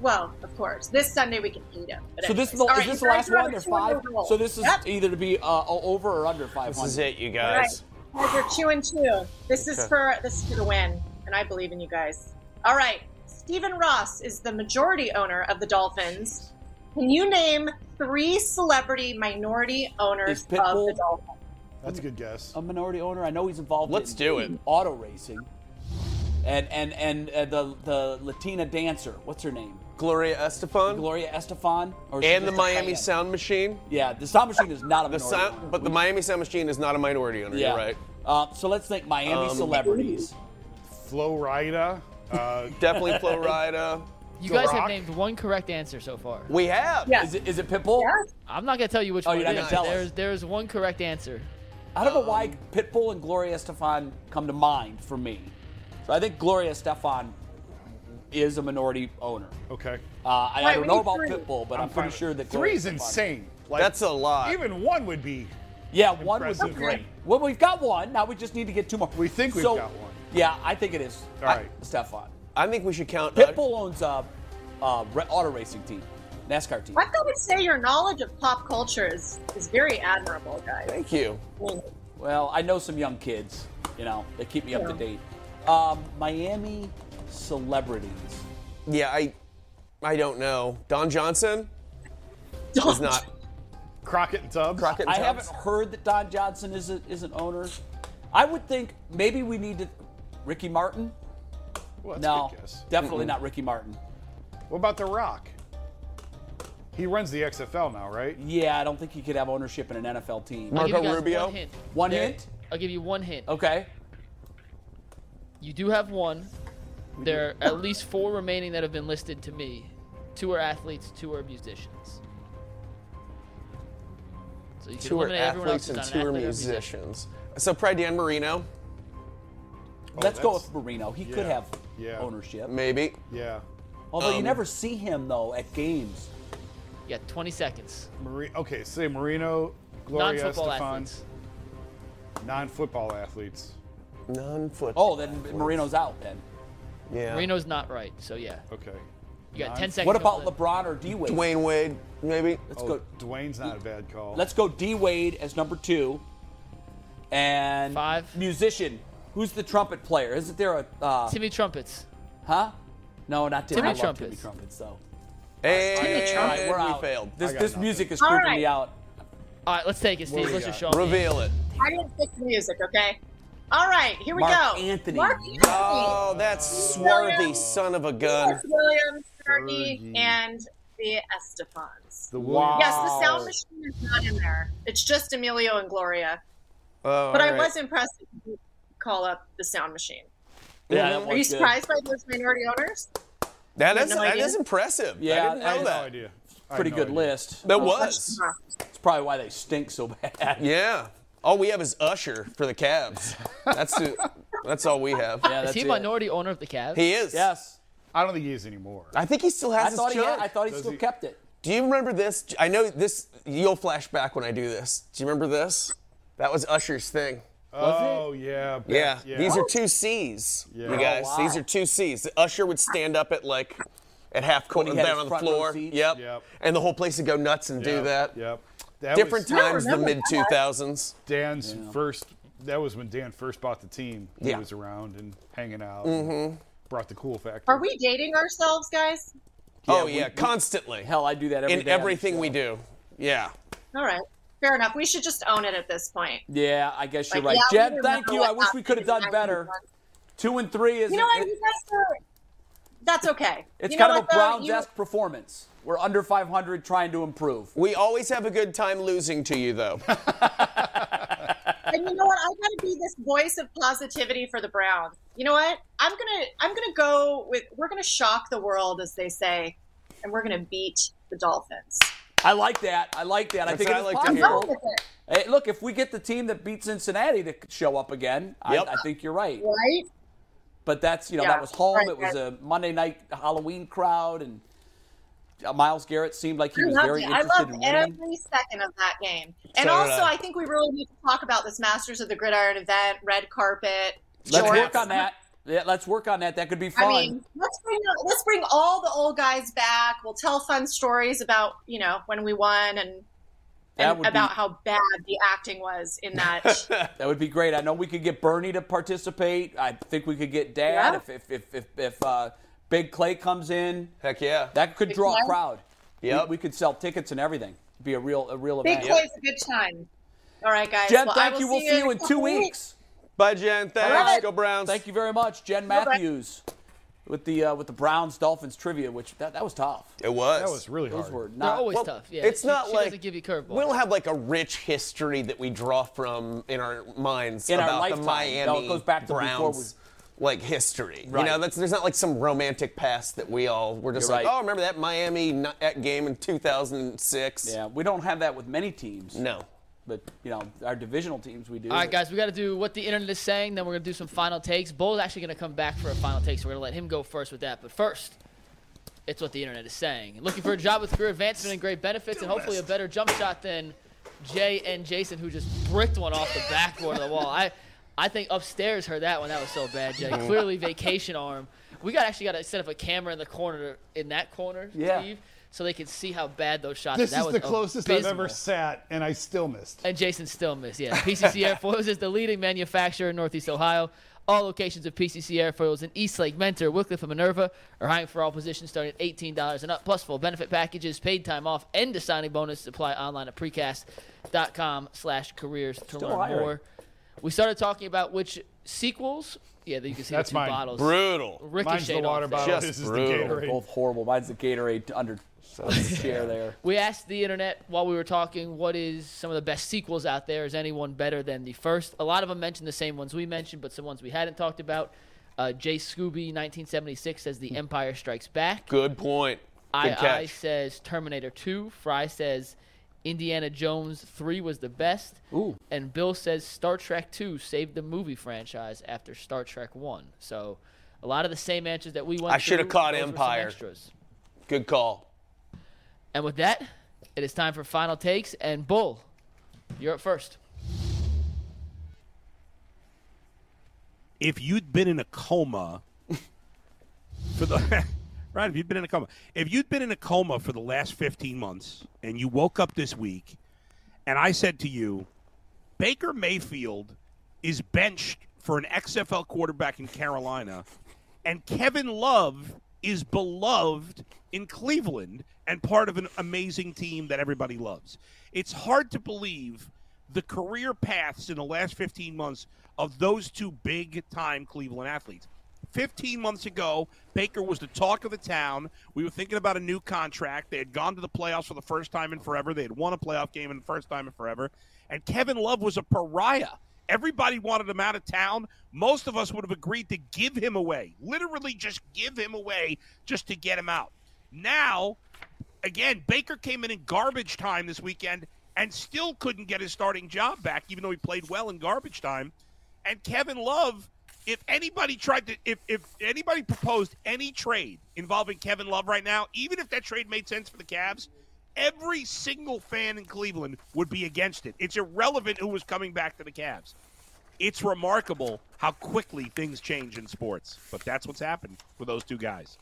Speaker 7: Well, of course, this Sunday we can eat him. But
Speaker 2: So this is
Speaker 7: anyways.
Speaker 2: the,
Speaker 7: All
Speaker 2: is
Speaker 7: right,
Speaker 2: this
Speaker 7: you
Speaker 2: the last
Speaker 7: guys are on
Speaker 2: one?
Speaker 7: a
Speaker 2: They're
Speaker 7: two-year
Speaker 2: five.
Speaker 7: roll.
Speaker 2: So this is
Speaker 7: Yep.
Speaker 2: either to be uh, over or under 500.
Speaker 6: this is it, you
Speaker 7: All
Speaker 6: guys.
Speaker 7: right. Guys, you're two and two. This is for this is for the win, and I believe in you guys. All right. Stephen Ross is the majority owner of the Dolphins. Can you name three celebrity minority owners
Speaker 2: Is
Speaker 7: of
Speaker 2: Pitbull-
Speaker 7: the Dolphins?
Speaker 5: That's a good guess.
Speaker 2: A minority owner. I know he's involved.
Speaker 6: Let's
Speaker 2: in
Speaker 6: do it.
Speaker 2: Auto racing. And and and uh, the the Latina dancer. What's her name?
Speaker 6: Gloria Estefan
Speaker 2: Gloria Estefan. Or is she
Speaker 6: and the
Speaker 2: just a
Speaker 6: Miami
Speaker 2: fan?
Speaker 6: Sound Machine.
Speaker 2: Yeah, the sound machine is not a
Speaker 6: The
Speaker 2: minority. owner.
Speaker 6: sound, but the Miami Sound Machine is not a minority owner.
Speaker 2: yeah.
Speaker 6: You're right.
Speaker 2: Uh, so let's think Miami
Speaker 6: Um,
Speaker 2: celebrities.
Speaker 5: Flo Rida. Uh,
Speaker 6: Definitely Flo Rida.
Speaker 4: You
Speaker 5: The
Speaker 4: guys
Speaker 5: Rock?
Speaker 4: have named one correct answer so far.
Speaker 6: We have.
Speaker 7: Yeah.
Speaker 2: Is it is it Pitbull?
Speaker 7: Yes.
Speaker 4: I'm not gonna tell you which
Speaker 2: Oh,
Speaker 4: one.
Speaker 2: you're
Speaker 4: it
Speaker 2: not
Speaker 4: is.
Speaker 2: gonna tell us.
Speaker 4: There's there's one correct answer.
Speaker 2: I don't know why Pitbull and Gloria Estefan come to mind for me. So I think Gloria Estefan is a minority owner.
Speaker 5: okay.
Speaker 2: Uh, I, I
Speaker 7: Wait,
Speaker 2: don't
Speaker 7: we
Speaker 2: know
Speaker 7: need
Speaker 2: about
Speaker 7: three.
Speaker 2: Pitbull, but I'm,
Speaker 5: fine
Speaker 2: pretty
Speaker 5: with it.
Speaker 2: sure that Gloria
Speaker 5: three's
Speaker 2: Estefan-
Speaker 5: insane. Like
Speaker 6: That's a lot.
Speaker 5: Even one would be.
Speaker 2: Yeah, one was
Speaker 5: Impressive.
Speaker 2: great.
Speaker 5: Okay.
Speaker 2: Well, we've got one. Now we just need to get two more.
Speaker 5: We think we've
Speaker 2: So-
Speaker 5: got one.
Speaker 2: Yeah, I think it is.
Speaker 5: All right.
Speaker 2: Stefan.
Speaker 6: I think we should count.
Speaker 2: Pitbull owns a, uh re- auto racing team, NASCAR team.
Speaker 7: I would say your knowledge of pop culture is, is very admirable, guys.
Speaker 6: Thank you.
Speaker 7: I mean,
Speaker 2: Well, I know some young kids. You know, they keep me up to date. Um, Miami celebrities.
Speaker 6: Yeah, I, I don't know. Don Johnson is
Speaker 7: don't-
Speaker 6: not.
Speaker 5: Crockett and Tubbs.
Speaker 6: Crockett and
Speaker 2: I
Speaker 6: Tubbs.
Speaker 2: haven't heard that Don Johnson is a, is an owner. I would think maybe we need to. Ricky Martin?
Speaker 5: Well, that's a
Speaker 2: No,
Speaker 5: good guess.
Speaker 2: definitely not Ricky Martin.
Speaker 5: What about The Rock? He runs the XFL now, right?
Speaker 2: Yeah, I don't think he could have ownership in an NFL team.
Speaker 4: I'll give you
Speaker 6: Marco
Speaker 4: guys
Speaker 6: Rubio?
Speaker 4: One hint.
Speaker 2: One
Speaker 4: There-
Speaker 2: hint? Oh.
Speaker 4: I'll give you one hint.
Speaker 2: Okay.
Speaker 5: Oh,
Speaker 4: You do have one. There are at least four remaining that have been listed to me. Two are athletes, two are musicians. So you can
Speaker 6: Two are
Speaker 4: eliminate everyone else who's
Speaker 6: athletes and
Speaker 4: not
Speaker 6: two
Speaker 4: an
Speaker 6: are
Speaker 4: athlete or musician.
Speaker 6: musicians. So probably Dan Marino,
Speaker 2: Let's go
Speaker 5: that's-
Speaker 2: with Marino. He
Speaker 5: yeah,
Speaker 2: could have
Speaker 5: yeah.
Speaker 2: ownership.
Speaker 6: maybe.
Speaker 5: Yeah.
Speaker 2: Although you
Speaker 6: Um,
Speaker 2: never see him though at games.
Speaker 4: You got 20 seconds.
Speaker 5: Mari- okay, say Marino,
Speaker 4: Non
Speaker 5: Gloria
Speaker 4: football
Speaker 5: Estefan,
Speaker 4: athletes.
Speaker 5: non-football athletes.
Speaker 6: Non-foot.
Speaker 2: Oh, then Marino's out then.
Speaker 6: Yeah.
Speaker 4: Marino's not right, so yeah.
Speaker 5: Okay.
Speaker 4: You got 10 seconds.
Speaker 2: What about
Speaker 4: left.
Speaker 2: LeBron or D Wade?
Speaker 6: Dwayne Wade, maybe.
Speaker 2: Let's
Speaker 5: Oh,
Speaker 2: go.
Speaker 5: Dwayne's not a bad call.
Speaker 2: Let's go D Wade as number two. And
Speaker 4: Five.
Speaker 2: musician. Who's the trumpet player? Isn't there a uh,
Speaker 4: Timmy Trumpets.
Speaker 2: huh? No, not Timmy.
Speaker 4: Timmy
Speaker 2: I love
Speaker 4: Trumpets.
Speaker 2: Timmy trumpets though.
Speaker 6: And
Speaker 2: All right, we're out.
Speaker 6: we failed.
Speaker 2: This
Speaker 5: got
Speaker 2: this
Speaker 5: nothing.
Speaker 2: music is creeping
Speaker 7: right.
Speaker 2: me out.
Speaker 4: All right, let's take it, Steve.
Speaker 5: we
Speaker 4: Let's just show
Speaker 5: got?
Speaker 4: them.
Speaker 6: Reveal it.
Speaker 7: I didn't pick the music, okay? All right, here we
Speaker 2: Mark
Speaker 7: go.
Speaker 2: Anthony.
Speaker 7: Mark Anthony.
Speaker 6: Oh, that swarthy son of a gun.
Speaker 7: Yes, Williams, Fergie,
Speaker 5: Fergie.
Speaker 7: and the Estefans.
Speaker 5: The Williams-
Speaker 7: Yes, the sound machine is not in there. It's just Emilio and Gloria.
Speaker 6: Oh,
Speaker 7: But
Speaker 6: all
Speaker 7: I
Speaker 6: right.
Speaker 7: was impressed that you call up the sound machine.
Speaker 2: Yeah, that
Speaker 6: Are
Speaker 7: Are
Speaker 2: was
Speaker 7: you
Speaker 2: good.
Speaker 7: surprised by those minority owners?
Speaker 6: That is
Speaker 7: no
Speaker 6: that
Speaker 7: idea.
Speaker 6: is impressive.
Speaker 2: Yeah,
Speaker 6: I didn't know
Speaker 2: I had
Speaker 5: No
Speaker 6: that.
Speaker 5: idea. I had
Speaker 2: Pretty
Speaker 5: no
Speaker 2: good
Speaker 5: idea.
Speaker 2: list.
Speaker 6: That
Speaker 7: That's
Speaker 6: was.
Speaker 7: not-
Speaker 2: That's probably why they stink so bad.
Speaker 6: Yeah. All we have is Usher for the Cavs. That's who, That's all we have.
Speaker 2: Yeah,
Speaker 4: Is
Speaker 2: that's
Speaker 4: he
Speaker 2: it.
Speaker 4: minority owner of the Cavs?
Speaker 6: He is.
Speaker 2: Yes.
Speaker 5: I don't think he is anymore.
Speaker 6: I think he still has
Speaker 2: I
Speaker 6: his
Speaker 2: thought, he
Speaker 6: job.
Speaker 2: had, I thought he still
Speaker 5: he-
Speaker 2: kept it.
Speaker 6: Do you remember this? I know this. You'll flash back when I do this. Do you remember this? That was Usher's thing.
Speaker 5: oh yeah, but-
Speaker 6: Yeah.
Speaker 5: yeah.
Speaker 6: These are two C's,
Speaker 5: Oh,
Speaker 6: you guys. These are two C's. Usher would stand up at like at half court
Speaker 2: he
Speaker 6: and
Speaker 2: had
Speaker 6: down
Speaker 2: his
Speaker 6: on the
Speaker 2: front row
Speaker 6: floor.
Speaker 2: seat.
Speaker 6: Yep.
Speaker 5: Yep.
Speaker 6: And the whole place would go nuts and do
Speaker 5: Yep,
Speaker 6: that.
Speaker 5: Yep. That
Speaker 6: Different
Speaker 5: was
Speaker 6: times, the mid 2000s.
Speaker 5: Dan's first. That was when Dan first bought the team. He
Speaker 6: Yeah.
Speaker 5: was around and hanging out. and Brought the cool factor.
Speaker 7: Are we dating ourselves, guys?
Speaker 6: oh,
Speaker 2: we-
Speaker 6: yeah.
Speaker 2: we-
Speaker 6: constantly.
Speaker 2: Hell, I do that every
Speaker 6: in
Speaker 2: day on the
Speaker 6: everything
Speaker 2: show.
Speaker 6: we do. Yeah.
Speaker 7: All right. Fair enough. We should just own it at this point.
Speaker 2: Yeah, I guess you're
Speaker 7: Like,
Speaker 2: right.
Speaker 7: yeah, we
Speaker 2: Jen,
Speaker 7: remember
Speaker 2: thank you.
Speaker 7: what
Speaker 2: I wish we
Speaker 7: happened
Speaker 2: could have
Speaker 7: in
Speaker 2: done
Speaker 7: 1991.
Speaker 2: better. Two and three is
Speaker 7: You know what? You guys are. That's okay.
Speaker 2: it's
Speaker 7: You know
Speaker 2: kind of
Speaker 7: what,
Speaker 2: a
Speaker 7: though?
Speaker 2: Browns
Speaker 7: You-
Speaker 2: esque performance. We're under 500, trying to improve.
Speaker 6: We always have a good time losing to you, though.
Speaker 7: And you know what? I gotta be this voice of positivity for the Browns. You know what? I'm gonna I'm gonna go with we're gonna shock the world, as they say, and we're gonna beat the Dolphins.
Speaker 2: I like that. I like that. I
Speaker 6: That's
Speaker 2: think
Speaker 6: what
Speaker 2: it's
Speaker 6: I like to
Speaker 7: I'm
Speaker 6: hear.
Speaker 7: going
Speaker 2: possible.
Speaker 7: with it,
Speaker 2: Hey, look, if we get the team that beat Cincinnati to show up again,
Speaker 6: Yep.
Speaker 2: I, I think you're right.
Speaker 7: right?
Speaker 2: But that's you know
Speaker 7: Yeah.
Speaker 2: that was home.
Speaker 7: Right,
Speaker 2: it was
Speaker 7: right.
Speaker 2: a Monday night Halloween crowd, and uh, Miles Garrett seemed like he
Speaker 7: I
Speaker 2: was
Speaker 7: loved
Speaker 2: very
Speaker 7: it. I
Speaker 2: interested
Speaker 7: loved
Speaker 2: in winning.
Speaker 7: every second of that game. And
Speaker 6: So did
Speaker 7: also,
Speaker 6: I.
Speaker 7: I. think we really need to talk about this Masters of the Gridiron event, red carpet.
Speaker 2: Let's
Speaker 7: shorts.
Speaker 2: work on that. Yeah, let's work on that. That could be fun.
Speaker 7: I mean, let's bring let's bring all the old guys back. We'll tell fun stories about you know when we won and
Speaker 2: That
Speaker 7: and
Speaker 2: would be-
Speaker 7: about how bad the acting was in that.
Speaker 2: That would be great. I know we could get Bernie to participate. I think we could get Dad
Speaker 7: Yeah.
Speaker 2: if if if if, if uh, Big Clay comes in.
Speaker 6: Heck yeah.
Speaker 2: That could draw
Speaker 7: Clay?
Speaker 2: a crowd. We-
Speaker 6: Yep.
Speaker 2: We, could sell tickets and everything. It'd be a real a real
Speaker 7: Big
Speaker 2: event.
Speaker 7: Boy's a good time. All right, guys.
Speaker 2: Jen,
Speaker 7: Well, I
Speaker 2: thank
Speaker 7: will
Speaker 2: you. We'll see you in two
Speaker 7: couple
Speaker 2: weeks.
Speaker 6: Bye, Jen. Thanks.
Speaker 7: right.
Speaker 6: Go Browns.
Speaker 2: Thank you very much, Jen
Speaker 7: Bye-bye.
Speaker 2: Matthews, with the uh, with the Browns Dolphins trivia, which that, that was tough.
Speaker 6: It was.
Speaker 5: That was really
Speaker 2: Those
Speaker 5: hard.
Speaker 2: were
Speaker 4: They're
Speaker 2: not.
Speaker 4: always
Speaker 6: Well,
Speaker 4: tough. Yeah,
Speaker 6: it's
Speaker 4: she-
Speaker 6: not
Speaker 4: she
Speaker 6: like
Speaker 4: doesn't give you curveballs.
Speaker 6: We don't have like a rich history that we draw from in our minds
Speaker 2: In our
Speaker 6: about
Speaker 2: lifetime.
Speaker 6: the
Speaker 2: No, it
Speaker 6: Miami
Speaker 2: goes back to before
Speaker 6: Browns. Like history,
Speaker 2: Right.
Speaker 6: you know. That's there's not like some romantic past that we all were just
Speaker 2: You're
Speaker 6: like,
Speaker 2: right.
Speaker 6: oh, remember that Miami n- at game in 2006?
Speaker 2: yeah, we don't have that with many teams.
Speaker 6: No.
Speaker 2: but you know our divisional teams we do.
Speaker 4: All right, guys, we got to do what the internet is saying. Then we're gonna do some final takes. Bull's actually gonna come back for a final take, so we're gonna let him go first with that. But first, it's what the internet is saying. Looking for a job with career advancement and great benefits, and hopefully a better jump shot than Jay and Jason, who just bricked one off the backboard of the wall. I, I think upstairs heard that one. That was so bad, Jay. Clearly vacation arm. We got actually got to set up a camera in the corner, in that corner,
Speaker 2: Yeah.
Speaker 4: Steve, so they can see how bad those shots.
Speaker 5: This
Speaker 4: that
Speaker 5: is
Speaker 4: was
Speaker 5: the closest I've ever
Speaker 4: abysmal.
Speaker 5: sat, and I still missed.
Speaker 4: And Uh, Jason still missed. Yeah. PCC Airfoils is the leading manufacturer in Northeast Ohio. All locations of PCC Airfoils in Eastlake, Mentor, Wycliffe, and Minerva are hiring for all positions starting at $18 and up, plus full benefit packages, paid time off, and a signing bonus. Apply online at precast.com slash careers to learn
Speaker 2: hiring.
Speaker 4: more. We started talking about which sequels. Yeah, you can see
Speaker 5: That's
Speaker 4: the two
Speaker 5: mine.
Speaker 4: bottles.
Speaker 6: Brutal.
Speaker 5: Mine's
Speaker 4: Ricocheted
Speaker 5: the
Speaker 4: off
Speaker 5: water
Speaker 4: there.
Speaker 5: bottle.
Speaker 6: Just
Speaker 5: this is
Speaker 6: brutal.
Speaker 5: the Gatorade.
Speaker 2: both horrible. Mine's the Gatorade under the chair there.
Speaker 4: We asked the internet while we were talking, what is some of the best sequels out there? Is anyone better than the first? A lot of them mentioned the same ones we mentioned, but some ones we hadn't talked about. Uh, Jay Scooby, 1976, says The Empire Strikes Back.
Speaker 6: Good point.
Speaker 4: I,
Speaker 6: Good catch.
Speaker 4: I says Terminator 2. Fry says Indiana Jones 3 was the best.
Speaker 2: Ooh.
Speaker 4: And Bill says Star Trek 2 saved the movie franchise after Star Trek 1. So a lot of the same answers that we went
Speaker 6: I shoulda
Speaker 4: through.
Speaker 6: caught
Speaker 4: Those were some
Speaker 6: Empire.
Speaker 4: extras.
Speaker 6: Good call.
Speaker 4: And with that, it is time for final takes. And Bull, you're up first.
Speaker 3: if you'd been in a coma for the right, if you'd been in a coma, if you'd been in a coma for the last 15 months and you woke up this week and I said to you, Baker Mayfield is benched for an XFL quarterback in Carolina and Kevin Love is beloved in Cleveland and part of an amazing team that everybody loves. It's hard to believe the career paths in the last 15 months of those two big time Cleveland athletes. 15 months ago, Baker was the talk of the town. We were thinking about a new contract. They had gone to the playoffs for the first time in forever. They had won a playoff game in the first time in forever. And Kevin Love was a pariah. Everybody wanted him out of town. Most of us would have agreed to give him away, literally just give him away just to get him out. Now, again, Baker came in in garbage time this weekend and still couldn't get his starting job back, even though he played well in garbage time. And Kevin Love if anybody tried to if, if anybody proposed any trade involving Kevin Love right now, even if that trade made sense for the Cavs, every single fan in Cleveland would be against it. It's irrelevant who was coming back to the Cavs. It's remarkable how quickly things change in sports, but that's what's happened with those two guys.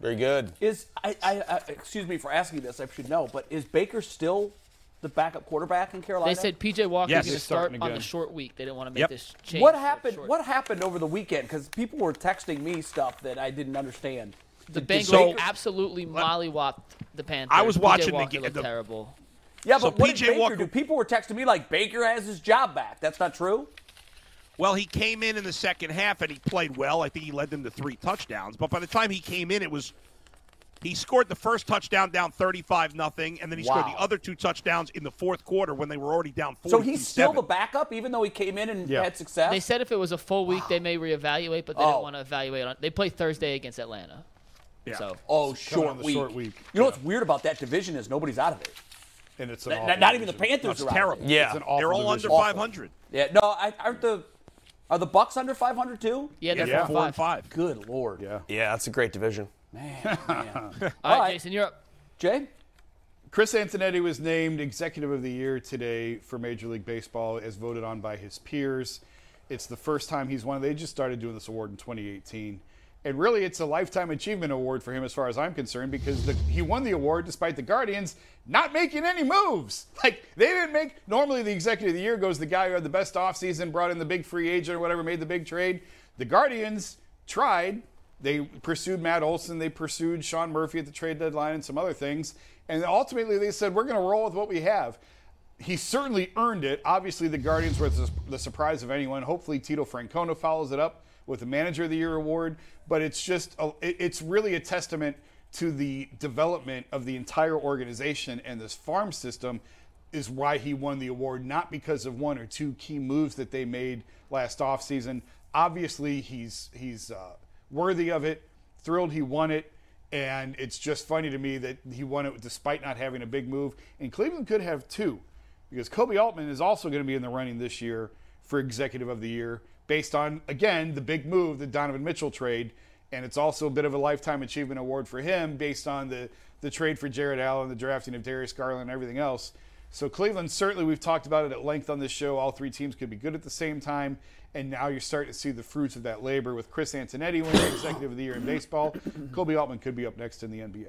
Speaker 6: Very good.
Speaker 2: Is I, I, I excuse me for asking this. I should know, but is Baker still the backup quarterback in Carolina?
Speaker 4: They said PJ Walker's
Speaker 3: Yes.
Speaker 4: going to
Speaker 3: He's
Speaker 4: start
Speaker 5: starting
Speaker 4: on the
Speaker 5: again.
Speaker 4: short week. They didn't want to make
Speaker 3: Yep.
Speaker 4: this change.
Speaker 2: what
Speaker 4: for
Speaker 2: happened?
Speaker 4: short.
Speaker 2: What happened over the weekend? Because people were texting me stuff that I didn't understand.
Speaker 4: The Bengals
Speaker 3: So-
Speaker 4: absolutely mollywopped the Panthers.
Speaker 3: I was
Speaker 4: PJ
Speaker 3: watching the
Speaker 4: Walker
Speaker 3: ga-
Speaker 4: looked
Speaker 3: the-
Speaker 4: terrible.
Speaker 2: Yeah,
Speaker 3: So
Speaker 2: but what
Speaker 3: PJ
Speaker 2: did Baker
Speaker 3: Walker-
Speaker 2: do? People were texting me like Baker has his job back. That's not true.
Speaker 3: Well, he came in in the second half and he played well. I think he led them to three touchdowns. But by the time he came in, it was he scored the first touchdown down thirty-five nothing, and then he scored
Speaker 2: Wow.
Speaker 3: the other two touchdowns in the fourth quarter when they were already down. 42
Speaker 2: So he's still the backup, even though he came in and
Speaker 5: Yeah.
Speaker 2: had success.
Speaker 4: They said if it was a full week, they may reevaluate, but they
Speaker 2: Oh.
Speaker 4: didn't want to evaluate on. They play Thursday against Atlanta.
Speaker 3: Yeah.
Speaker 4: So
Speaker 2: oh,
Speaker 5: Coming on
Speaker 2: short
Speaker 5: the
Speaker 2: week.
Speaker 5: short week.
Speaker 2: You know what's weird about that division is nobody's out of it.
Speaker 5: And it's an
Speaker 2: Not-
Speaker 5: awful
Speaker 2: Not, even the
Speaker 5: division.
Speaker 2: Panthers
Speaker 3: That's
Speaker 2: are out of
Speaker 3: terrible.
Speaker 2: it.
Speaker 6: Yeah.
Speaker 5: It's an awful
Speaker 3: They're all under
Speaker 5: division.
Speaker 3: five hundred.
Speaker 2: Yeah. No, I, aren't the are the Bucks under 500 too?
Speaker 4: yeah, they're
Speaker 3: Yeah,
Speaker 4: four,
Speaker 3: four
Speaker 4: and
Speaker 3: and
Speaker 4: five.
Speaker 3: five.
Speaker 2: Good lord.
Speaker 5: Yeah.
Speaker 6: Yeah, that's a great division.
Speaker 4: All right,
Speaker 2: All right.
Speaker 4: Jason, you're up.
Speaker 2: Jay.
Speaker 5: Chris Antonetti was named Executive of the Year today for Major League Baseball as voted on by his peers. It's the first time he's won. They just started doing this award in 2018. And really, it's a lifetime achievement award for him, as far as I'm concerned, because the, he won the award despite the Guardians not making any moves. Like, they didn't make. Normally, the Executive of the Year goes to the guy who had the best offseason, brought in the big free agent or whatever, made the big trade. The Guardians tried, they pursued Matt Olson, they pursued Sean Murphy at the trade deadline and some other things. And ultimately, they said, we're going to roll with what we have. He certainly earned it. Obviously, the Guardians were the the surprise of anyone. Hopefully, Tito Francona follows it up with the Manager of the Year award. But it's just, a, it- it's really a testament to the development of the entire organization and this farm system is why he won the award, not because of one or two key moves that they made last offseason. Obviously, he's he's uh, worthy of it. Thrilled he won it, and it's just funny to me that he won it despite not having a big move. And Cleveland could have two, because Kobe Altman is also going to be in the running this year for Executive of the Year, based on again the big move, the Donovan Mitchell trade, and it's also a bit of a lifetime achievement award for him, based on the the trade for Jared Allen, the drafting of Darius Garland, and everything else. So Cleveland, certainly, we've talked about it at length on this show. All three teams could be good at the same time, and now you're starting to see the fruits of that labor with Chris Antonetti winning Executive of the Year in baseball. Kobe Altman could be up next in the NBA.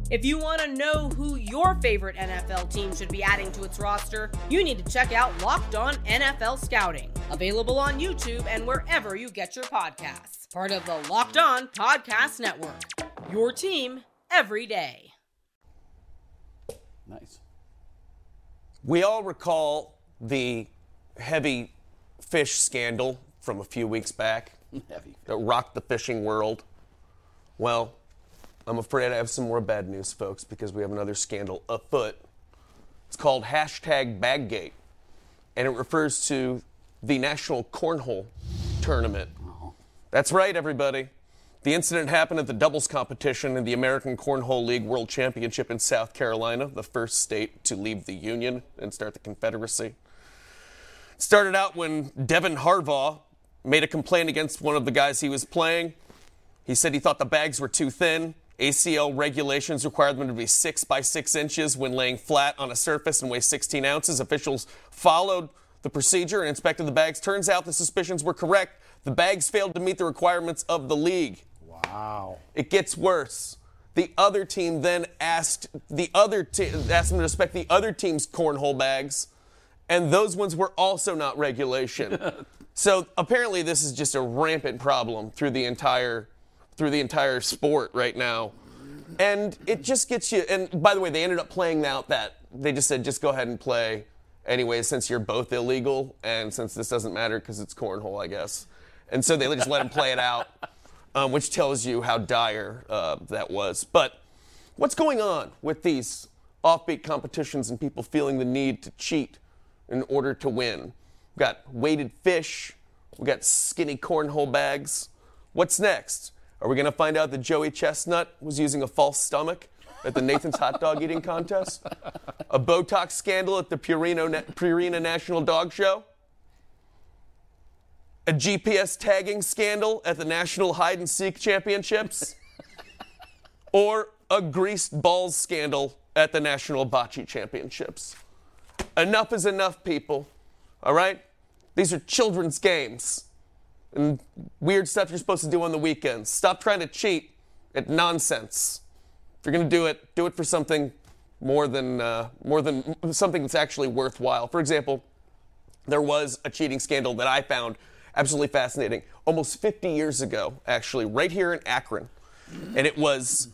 Speaker 8: If you want to know who your favorite NFL team should be adding to its roster, you need to check out Locked On NFL Scouting, available on YouTube and wherever you get your podcasts. Part of the Locked On Podcast Network. Your team every day.
Speaker 2: Nice.
Speaker 6: We all recall the heavy fish scandal from a few weeks back
Speaker 2: Heavy.
Speaker 6: that rocked the fishing world. Well, I'm afraid I have some more bad news, folks, because we have another scandal afoot. It's called hashtag Baggate, and it refers to the National Cornhole Tournament.
Speaker 2: Oh.
Speaker 6: That's right, everybody. The incident happened at the doubles competition in the American Cornhole League World Championship in South Carolina, the first state to leave the Union and start the Confederacy. It started out when Devin Harbaugh made a complaint against one of the guys he was playing. He said he thought the bags were too thin. ACL regulations require them to be six by six inches when laying flat on a surface and weigh 16 ounces. Officials followed the procedure and inspected the bags. Turns out the suspicions were correct. The bags failed to meet the requirements of the league.
Speaker 5: Wow.
Speaker 6: It gets worse. The other team then asked the other te- asked them to respect the other team's cornhole bags, and those ones were also not regulation. so apparently, this is just a rampant problem through the entire through the entire sport right now, and it just gets you. And by the way, they ended up playing out that they just said, just go ahead and play anyway, since you're both illegal, and since this doesn't matter because it's cornhole, I guess. And so they just let them play it out um, which tells you how dire uh, that was. But what's going on with these offbeat competitions and people feeling the need to cheat in order to win. We've got weighted fish. We've got skinny cornhole bags. What's next? Are we going to find out that Joey Chestnut was using a false stomach at the Nathan's hot dog eating contest? A Botox scandal at the Purino Na- Purina National Dog Show? A GPS tagging scandal at the National Hide and Seek Championships? or a greased balls scandal at the National Bocce Championships? Enough is enough, people. All right? These are children's games and weird stuff you're supposed to do on the weekends. Stop trying to cheat at nonsense. If you're going to do it, do it for something more than uh, more than something that's actually worthwhile. For example, there was a cheating scandal that I found absolutely fascinating almost 50 years ago, actually, right here in Akron, and it was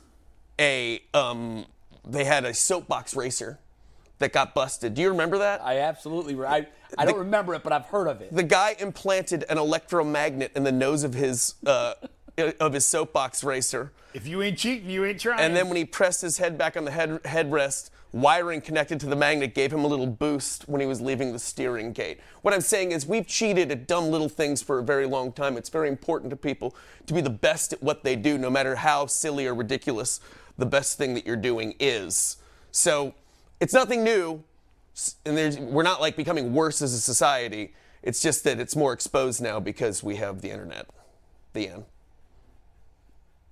Speaker 6: a um, they had a soapbox racer that got busted. Do you remember that?
Speaker 2: I absolutely. re- I, I don't remember it, but I've heard of it.
Speaker 6: the guy implanted an electromagnet in the nose of his uh, of his soapbox racer,
Speaker 5: If you ain't cheating, you ain't trying.
Speaker 6: and then when he pressed his head back on the head headrest, wiring connected to the magnet gave him a little boost when he was leaving the steering gate. What I'm saying is we've cheated at dumb little things for a very long time. It's very important to people to be the best at what they do, no matter how silly or ridiculous the best thing that you're doing is. So it's nothing new and there's, we're not like becoming worse as a society. It's just that it's more exposed now because we have the internet. The end.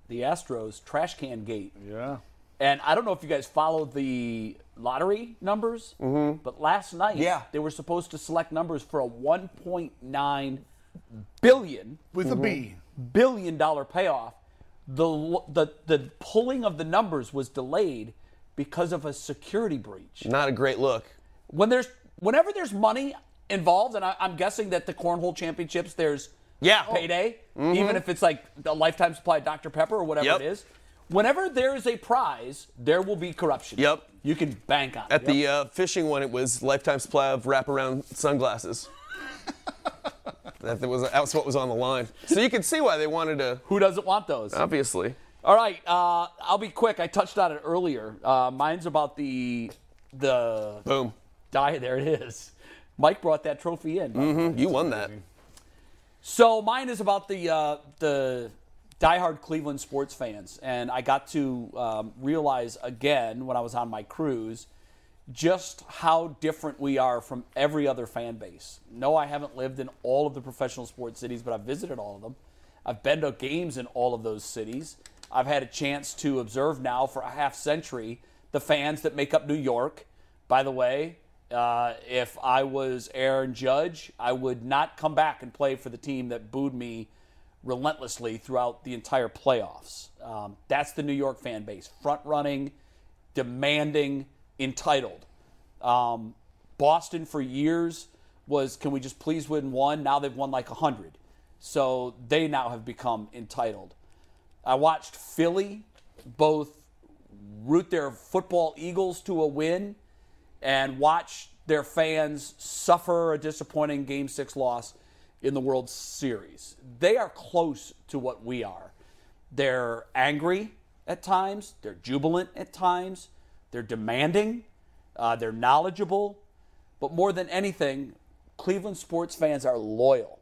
Speaker 2: The Astros trash can gate.
Speaker 5: yeah.
Speaker 2: And I don't know if you guys followed the lottery numbers, but last night
Speaker 6: Mm-hmm. Yeah.
Speaker 2: they were supposed to select numbers for a 1.9 billion
Speaker 5: With a B.
Speaker 2: billion dollar payoff. The, lo- the the pulling of the numbers was delayed because of a security breach.
Speaker 6: Not a great look.
Speaker 2: When there's whenever there's money involved, and I, I'm guessing that the cornhole championships there's
Speaker 6: Yeah.
Speaker 2: payday, even if it's like a lifetime supply of Dr Pepper or whatever
Speaker 6: Mm-hmm. Yep.
Speaker 2: it is. Whenever there is a prize, there will be corruption.
Speaker 6: Yep.
Speaker 2: you can bank on it.
Speaker 6: At the uh, fishing one, it was lifetime supply of wraparound sunglasses. that was that was what was on the line. So you can see why they wanted to.
Speaker 2: Who doesn't want those?
Speaker 6: Obviously.
Speaker 2: All right, uh, I'll be quick. I touched on it earlier. Uh, mine's about the the
Speaker 6: Boom.
Speaker 2: die. There it is. Mike brought that trophy in.
Speaker 6: You won that.
Speaker 2: So mine is about the uh, the diehard Cleveland sports fans, and I got to um, realize again when I was on my cruise just how different we are from every other fan base. No, I haven't lived in all of the professional sports cities, but I've visited all of them. I've been to games in all of those cities. I've had a chance to observe now for a half century the fans that make up New York. By the way, uh, if I was Aaron Judge, I would not come back and play for the team that booed me relentlessly throughout the entire playoffs. Um, that's the New York fan base, front running, demanding, entitled. Um, Boston for years was, can we just please win one? Now they've won like 100. So they now have become entitled. I watched Philly both root their football Eagles to a win and watch their fans suffer a disappointing game six loss in the World Series. They are close to what we are. They're angry at times, they're jubilant at times, they're demanding, uh, they're knowledgeable, but more than anything, Cleveland sports fans are loyal.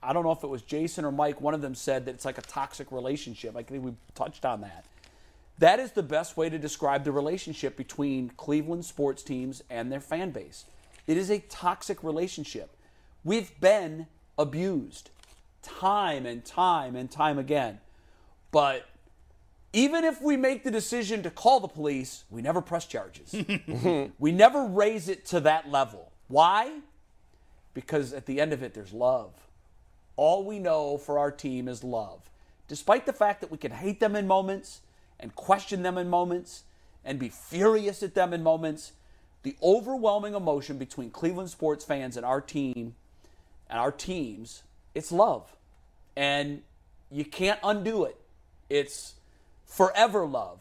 Speaker 2: I don't know if it was Jason or Mike, one of them said that it's like a toxic relationship. I think we touched on that. That is the best way to describe the relationship between Cleveland sports teams and their fan base. It is a toxic relationship. We've been abused time and time and time again. But even if we make the decision to call the police, we never press charges. we never raise it to that level. Why? Because at the end of it, there's love. All we know for our team is love. Despite the fact that we can hate them in moments and question them in moments and be furious at them in moments, the overwhelming emotion between Cleveland sports fans and our team and our teams, it's love. And you can't undo it. It's forever love.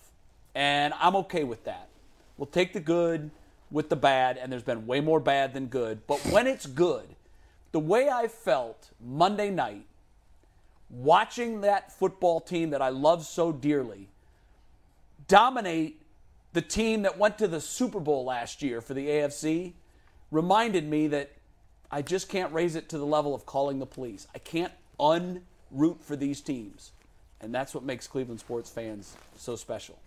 Speaker 2: And I'm okay with that. We'll take the good with the bad, and there's been way more bad than good. But when it's good, the way I felt Monday night watching that football team that I love so dearly dominate the team that went to the Super Bowl last year for the AFC reminded me that I just can't raise it to the level of calling the police. I can't unroot for these teams. And that's what makes Cleveland sports fans so special.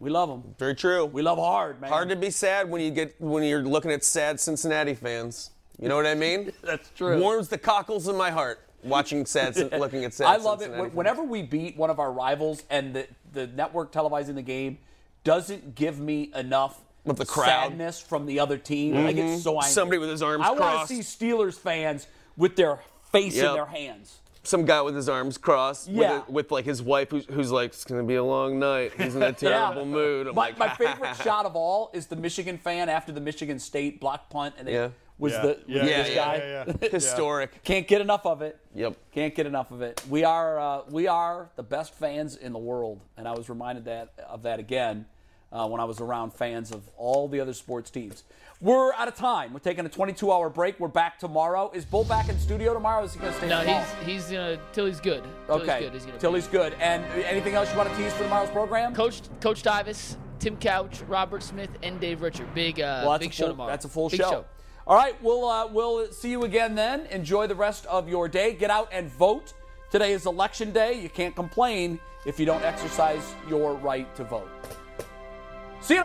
Speaker 2: We love them.
Speaker 6: Very true.
Speaker 2: We love hard, man.
Speaker 6: Hard to be sad when you get when you're looking at sad Cincinnati fans. You know what I mean?
Speaker 2: That's true.
Speaker 6: Warms the cockles in my heart watching sad, looking at sad.
Speaker 2: I love it
Speaker 6: Cincinnati
Speaker 2: when-
Speaker 6: fans.
Speaker 2: whenever we beat one of our rivals and the, the network televising the game doesn't give me enough
Speaker 6: Of the crowd.
Speaker 2: sadness from the other team. I get so angry.
Speaker 6: Mm-hmm. Somebody with his arms
Speaker 2: I want
Speaker 6: crossed.
Speaker 2: to see Steelers fans with their face in
Speaker 6: Yep.
Speaker 2: their hands.
Speaker 6: some guy with his arms crossed,
Speaker 2: Yeah.
Speaker 6: with, a, with like his wife, who's, who's like, it's gonna be a long night. He's in a terrible mood. I'm
Speaker 2: my,
Speaker 6: like,
Speaker 2: my favorite shot of all is the Michigan fan after the Michigan State block punt, and it
Speaker 6: Yeah.
Speaker 2: was
Speaker 5: Yeah.
Speaker 2: the was
Speaker 5: Yeah,
Speaker 2: this
Speaker 6: yeah,
Speaker 2: guy.
Speaker 5: yeah, yeah.
Speaker 6: historic.
Speaker 2: Can't get enough of it.
Speaker 6: Yep.
Speaker 2: Can't get enough of it. We are uh, we are the best fans in the world, and I was reminded that of that again uh, when I was around fans of all the other sports teams. We're out of time. We're taking a 22-hour break. We're back tomorrow. Is Bull back in studio tomorrow? Or is he going to stay?
Speaker 4: No,
Speaker 2: in the
Speaker 4: he's he's gonna till he's good. Till
Speaker 2: hall? okay.
Speaker 4: he's good. He's gonna
Speaker 2: Till
Speaker 4: be.
Speaker 2: he's good. And anything else you want to tease for tomorrow's program?
Speaker 4: Coach Coach Davis, Tim Couch, Robert Smith, and Dave Richard. Big uh,
Speaker 2: Well, that's
Speaker 4: big
Speaker 2: a
Speaker 4: show
Speaker 2: full,
Speaker 4: tomorrow.
Speaker 2: That's a full
Speaker 4: Big
Speaker 2: show. All right, we'll uh, we'll see you again then. Enjoy the rest of your day. Get out and vote. Today is election day. You can't complain if you don't exercise your right to vote. See you.